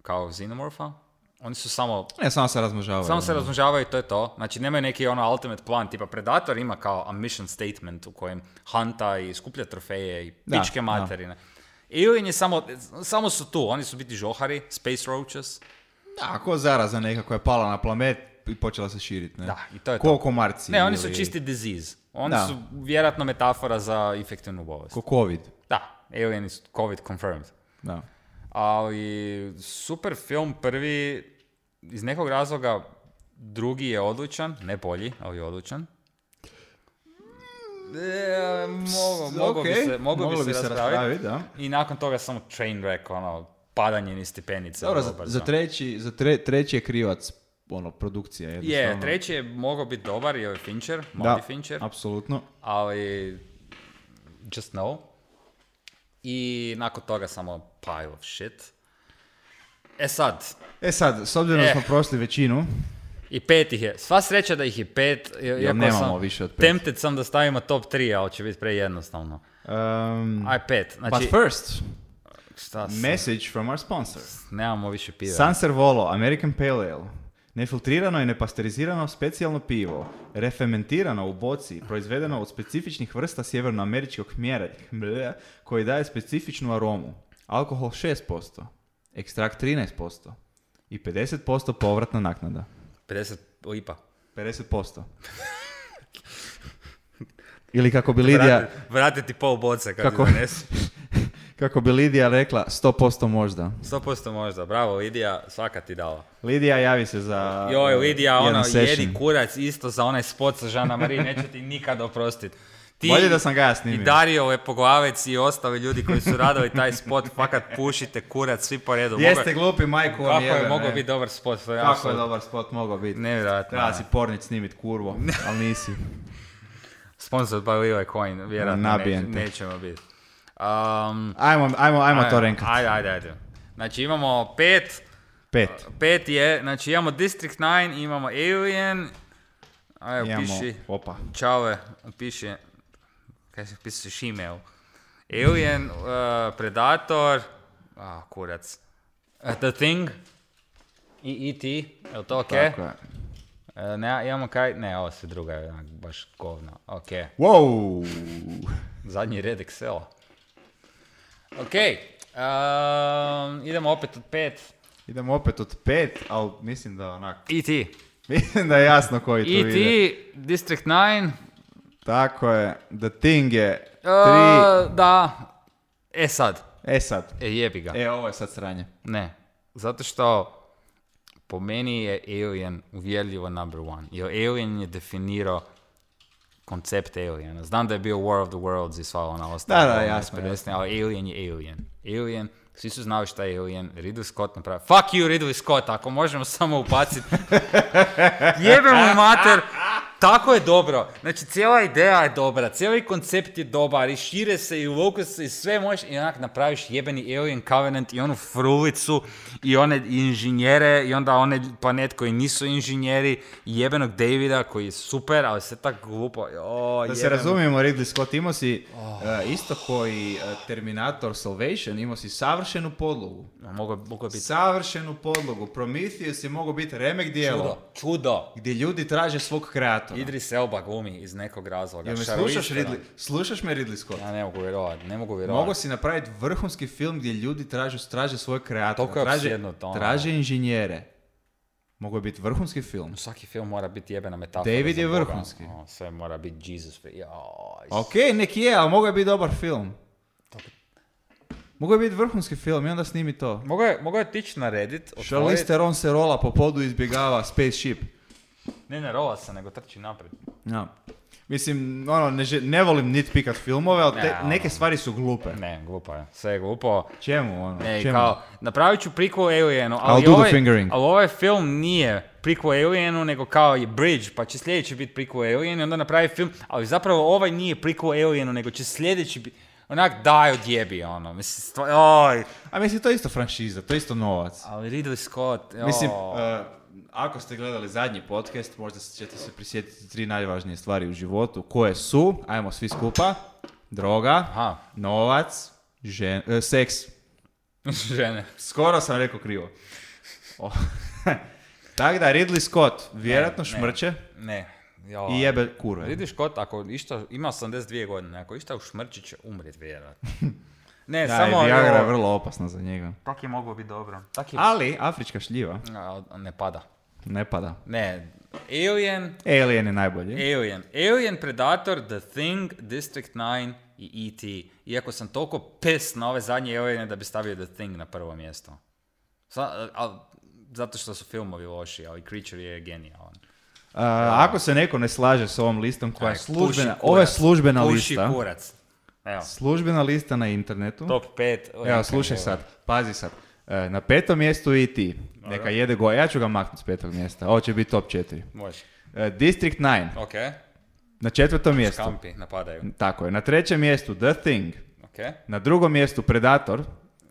Speaker 1: kao Xenomorpha, oni su samo
Speaker 2: Ne, samo se razmnožavaju.
Speaker 1: samo se razmnožavaju i to je to. Znači, nemaju neki ono ultimate plan, tipa Predator ima kao a mission statement u kojem hanta i skuplja trofeje i
Speaker 2: Da,
Speaker 1: pičke
Speaker 2: da.
Speaker 1: materine. Alien je samo, samo su tu, oni su biti žohari, space roaches.
Speaker 2: Da, ko zaraza neka koja je pala na planet i počela se širiti, ne?
Speaker 1: Da, i to je
Speaker 2: ko
Speaker 1: to.
Speaker 2: komarci.
Speaker 1: Ne, oni su
Speaker 2: ili-
Speaker 1: čisti disease. Oni
Speaker 2: Da.
Speaker 1: su vjerojatno metafora za infektivnu bolest.
Speaker 2: Ko covid.
Speaker 1: Da, alieni su COVID confirmed.
Speaker 2: Da.
Speaker 1: Ali super film prvi, iz nekog razloga drugi je odličan, ne bolji, ali je odličan. E, mogo, moglo bi
Speaker 2: Okej,
Speaker 1: se, moglo bi se, raspraviti.
Speaker 2: da.
Speaker 1: I nakon toga samo train wreck, ono, padanje niz stepenice. ono,
Speaker 2: Dobro,
Speaker 1: vrlo
Speaker 2: za,
Speaker 1: brzo.
Speaker 2: za treći, za tre- treći je krivac ono, produkcija
Speaker 1: Je,
Speaker 2: jednostavno.
Speaker 1: treći je mogao biti dobar, je Fincher,
Speaker 2: da,
Speaker 1: mali Fincher.
Speaker 2: apsolutno.
Speaker 1: ali just no. I nakon toga samo pile of shit. E sad,
Speaker 2: E sad, s obzirom da
Speaker 1: Eh.
Speaker 2: smo prošli većinu,
Speaker 1: i pet ih je. Sva sreća da ih je pet. i- iako
Speaker 2: nemamo
Speaker 1: sam,
Speaker 2: više od pet.
Speaker 1: Tempted sam da stavimo top 3, ali će biti prejednostavno.
Speaker 2: um,
Speaker 1: Aj pet, znači
Speaker 2: but first,
Speaker 1: šta sam,
Speaker 2: message from our sponsor.
Speaker 1: nemamo više piva.
Speaker 2: Sanser Volo, American Pale Ale. Nefiltrirano i nepasterizirano specijalno pivo, refermentirano u boci, proizvedeno od specifičnih vrsta sjevernoameričkog hmjera, bleh, koji daje specifičnu aromu. Alkohol 6%, ekstrakt 13% i 50% povratna naknada.
Speaker 1: 50 lipa.
Speaker 2: 50%. Ili kako bi Lidija,
Speaker 1: Vrati- Vratiti pol boce kad
Speaker 2: Kako-
Speaker 1: Kako? donesu.
Speaker 2: kako bi Lidija rekla, 100% možda.
Speaker 1: 100% možda. Bravo Lidija, svaka ti dala.
Speaker 2: Lidija javi se za
Speaker 1: Joj,
Speaker 2: eh,
Speaker 1: Lidija,
Speaker 2: jedan
Speaker 1: ono,
Speaker 2: session.
Speaker 1: jedi kurac isto za onaj spot sa Žana Marie, neću ti nikad oprostiti. Ti
Speaker 2: Bolje da sam ga ja snimio.
Speaker 1: I Dario Lepoglavec i ostali ljudi koji su radili taj spot, fakat pušite kurac, svi po redu. Mogo-
Speaker 2: Jeste glupi, majku
Speaker 1: Kako
Speaker 2: vam
Speaker 1: je
Speaker 2: jebem,
Speaker 1: mogao
Speaker 2: e.
Speaker 1: biti dobar spot? To je
Speaker 2: Kako je
Speaker 1: apsolutno
Speaker 2: dobar spot mogao biti?
Speaker 1: Nevjerojatno. ono.
Speaker 2: Treba si pornić snimit kurvo, ali nisi.
Speaker 1: Sponsor by Lilo Coin, vjerojatno neć,
Speaker 2: Nabijem te.
Speaker 1: nećemo biti. Um,
Speaker 2: Ajmo, ajmo, ajmo to renkat.
Speaker 1: Ajde, ajde, ajde. Znači imamo pet,
Speaker 2: Pet.
Speaker 1: pet je, znači imamo District 9, imamo Alien, ajde,
Speaker 2: Imamo,
Speaker 1: piši.
Speaker 2: opa.
Speaker 1: Čave, piše, kaj se piše, Shimeo. Alien, uh, Predator, a kurac, Uh, The Thing i E.T., je li to ok?
Speaker 2: Tako je.
Speaker 1: ne, imamo kaj, ne, ovo sve druga je onak baš govna, ok.
Speaker 2: Wow!
Speaker 1: Zadnji red Excela. Ok, um, idemo opet od pet.
Speaker 2: Idemo opet od pet, ali mislim da onak...
Speaker 1: E.T.
Speaker 2: Mislim da je jasno koji tu
Speaker 1: E.T.,
Speaker 2: E ide.
Speaker 1: E District 9,
Speaker 2: Tako je, The Thing je tri...
Speaker 1: uh, da, e sad,
Speaker 2: E sad,
Speaker 1: e jebi ga.
Speaker 2: e ovo je sad sranje.
Speaker 1: Ne, zato što po meni je Alien uvjerljivo number one. Jer Alien je definirao koncept Aliena. Znam da je bio War of the Worlds i sva ona ostala.
Speaker 2: Da, da,
Speaker 1: ona
Speaker 2: jasno,
Speaker 1: 50, Ali Alien je Alien. Alien, svi su znali šta je Alien. Ridley Scott napravio. Fuck you Ridley Scott, ako možemo samo upaciti. Jebem mu mater. Tako je dobro. Znači, cijela ideja je dobra, cijeli koncept je dobar i šire se i uvuku se i sve možeš i onak napraviš jebeni Alien Covenant i onu frulicu i one inženjere i onda one planet koji nisu inženjeri i jebenog Davida koji je super, ali sve tako glupo. O,
Speaker 2: Da se
Speaker 1: jebem.
Speaker 2: razumijemo, Ridley Scott, imao si
Speaker 1: Oh.
Speaker 2: eh, isto koji eh, Terminator Salvation, imao si savršenu podlogu.
Speaker 1: Mogu, mogu biti
Speaker 2: Savršenu podlogu. Prometheus je mogao biti remek
Speaker 1: čudo.
Speaker 2: dijelo
Speaker 1: Čudo.
Speaker 2: gdje ljudi traže svog kreatora.
Speaker 1: Idris Elba glumi iz nekog razloga.
Speaker 2: Jel me
Speaker 1: Charlize
Speaker 2: slušaš,
Speaker 1: Theron.
Speaker 2: Ridley, slušaš me Ridley Scott?
Speaker 1: Ja ne mogu vjerovati, ne mogu vjerovati.
Speaker 2: Mogu si napraviti vrhunski film gdje ljudi traže, traže svoje kreatore,
Speaker 1: Toliko je
Speaker 2: traže,
Speaker 1: apsurdno to, ono.
Speaker 2: traže inženjere. Mogu je biti vrhunski film.
Speaker 1: Svaki film mora biti jebena metafora.
Speaker 2: David
Speaker 1: za
Speaker 2: je
Speaker 1: Boga.
Speaker 2: vrhunski.
Speaker 1: O, sve mora biti Jesus. Joj,
Speaker 2: Ok, nek je, ali mogu je biti dobar film. Mogu je biti vrhunski film i onda snimi to.
Speaker 1: Mogu je, mogao je tići na Reddit,
Speaker 2: Charlize
Speaker 1: otvorit...
Speaker 2: Theron se rola po podu i izbjegava spaceship.
Speaker 1: Ne, ne, rola se, nego trči naprijed.
Speaker 2: Ja. Mislim, ono, ne, žel- ne volim nitpikat filmove, ali te-
Speaker 1: Ne, ono.
Speaker 2: neke stvari su glupe.
Speaker 1: Ne, glupo je. Sve je glupo.
Speaker 2: Čemu, ono,
Speaker 1: Ne,
Speaker 2: čemu?
Speaker 1: kao, napravit ću prequel Alienu,
Speaker 2: I'll
Speaker 1: ali
Speaker 2: do the
Speaker 1: ovaj,
Speaker 2: fingering.
Speaker 1: ali ovaj film nije prequel Alienu, nego kao je Bridge, pa će sljedeći biti prequel Alienu, i onda napravi film, ali zapravo ovaj nije prequel Alienu, nego će sljedeći biti... Onak daj odjebi, ono. Mislim, stvar, oj.
Speaker 2: A mislim, to je isto franšiza, to je isto novac.
Speaker 1: Ali Ridley Scott, jo.
Speaker 2: Mislim, eh, ako ste gledali zadnji podcast, možda ćete se prisjetiti tri najvažnije stvari u životu, koje su, ajmo svi skupa, droga,
Speaker 1: Aha.
Speaker 2: novac, žen, eh, seks.
Speaker 1: žene.
Speaker 2: Skoro sam rekao krivo. O. Tako da, Ridley Scott, vjerojatno
Speaker 1: Ne, ne.
Speaker 2: šmrče
Speaker 1: Ne. Jo.
Speaker 2: i jebe kurve.
Speaker 1: Ridley Scott, ako išta, ima 82 godine, ako išta u šmrčić, će umrit vjerojatno. Ne,
Speaker 2: Da,
Speaker 1: samo...
Speaker 2: i Viagra je
Speaker 1: jo,
Speaker 2: vrlo opasna za njega.
Speaker 1: Tak je moglo biti dobro. Tak je...
Speaker 2: Ali, afrička šljiva
Speaker 1: A, ne pada.
Speaker 2: ne pada.
Speaker 1: Ne, Alien,
Speaker 2: Alien je najbolji.
Speaker 1: Alien, Alien, Predator, The Thing, District 9 i E.T. Iako sam toliko pes na ove zadnje Aliene da bi stavio The Thing na prvo mjesto. Sa- al- zato što su filmovi loši, ali Creature je genijalan.
Speaker 2: A, ako se neko ne slaže s ovom listom koja je
Speaker 1: Aj, puši
Speaker 2: službena,
Speaker 1: kurac.
Speaker 2: ovo je službena
Speaker 1: Puši
Speaker 2: lista.
Speaker 1: kurac. Evo,
Speaker 2: Službena lista na internetu.
Speaker 1: top 5.
Speaker 2: Evo, slušaj sad, pazi sad. E, na petom mjestu i ti. Neka jede go. Ja ću ga maknuti s petog mjesta. Ovo će biti top 4.
Speaker 1: Može.
Speaker 2: District 9.
Speaker 1: Ok,
Speaker 2: Na četvrtom mjestu.
Speaker 1: kampi napadaju.
Speaker 2: Tako je. Na trećem mjestu The Thing.
Speaker 1: Ok,
Speaker 2: Na drugom mjestu Predator.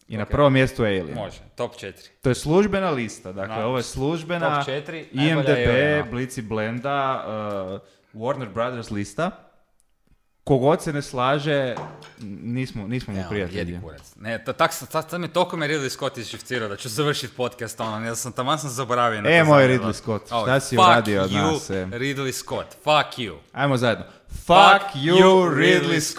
Speaker 2: I na prvom mjestu Alien.
Speaker 1: može. Top 4.
Speaker 2: To je službena lista. Dakle, ovo je službena
Speaker 1: Top četiri, najbolja
Speaker 2: IMDB,
Speaker 1: je ona.
Speaker 2: Blici Blenda, uh, Warner Brothers lista. Kogod se ne slaže, nismo, nismo mu
Speaker 1: Evo,
Speaker 2: prijatelji.
Speaker 1: Jedi kurac. Ne, to, tak, tak, tak mi toliko me Ridley Scott izšifcirao da ću završiti podcast, ono, ja sam taman sam zaboravio. na
Speaker 2: E,
Speaker 1: to
Speaker 2: moj
Speaker 1: zadnje,
Speaker 2: Ridley
Speaker 1: da.
Speaker 2: Scott,
Speaker 1: Oj,
Speaker 2: šta si
Speaker 1: fuck
Speaker 2: uradio od
Speaker 1: you,
Speaker 2: nas, e?
Speaker 1: Ridley Scott, fuck you.
Speaker 2: Ajmo zajedno. Fuck you, Ridley Scott.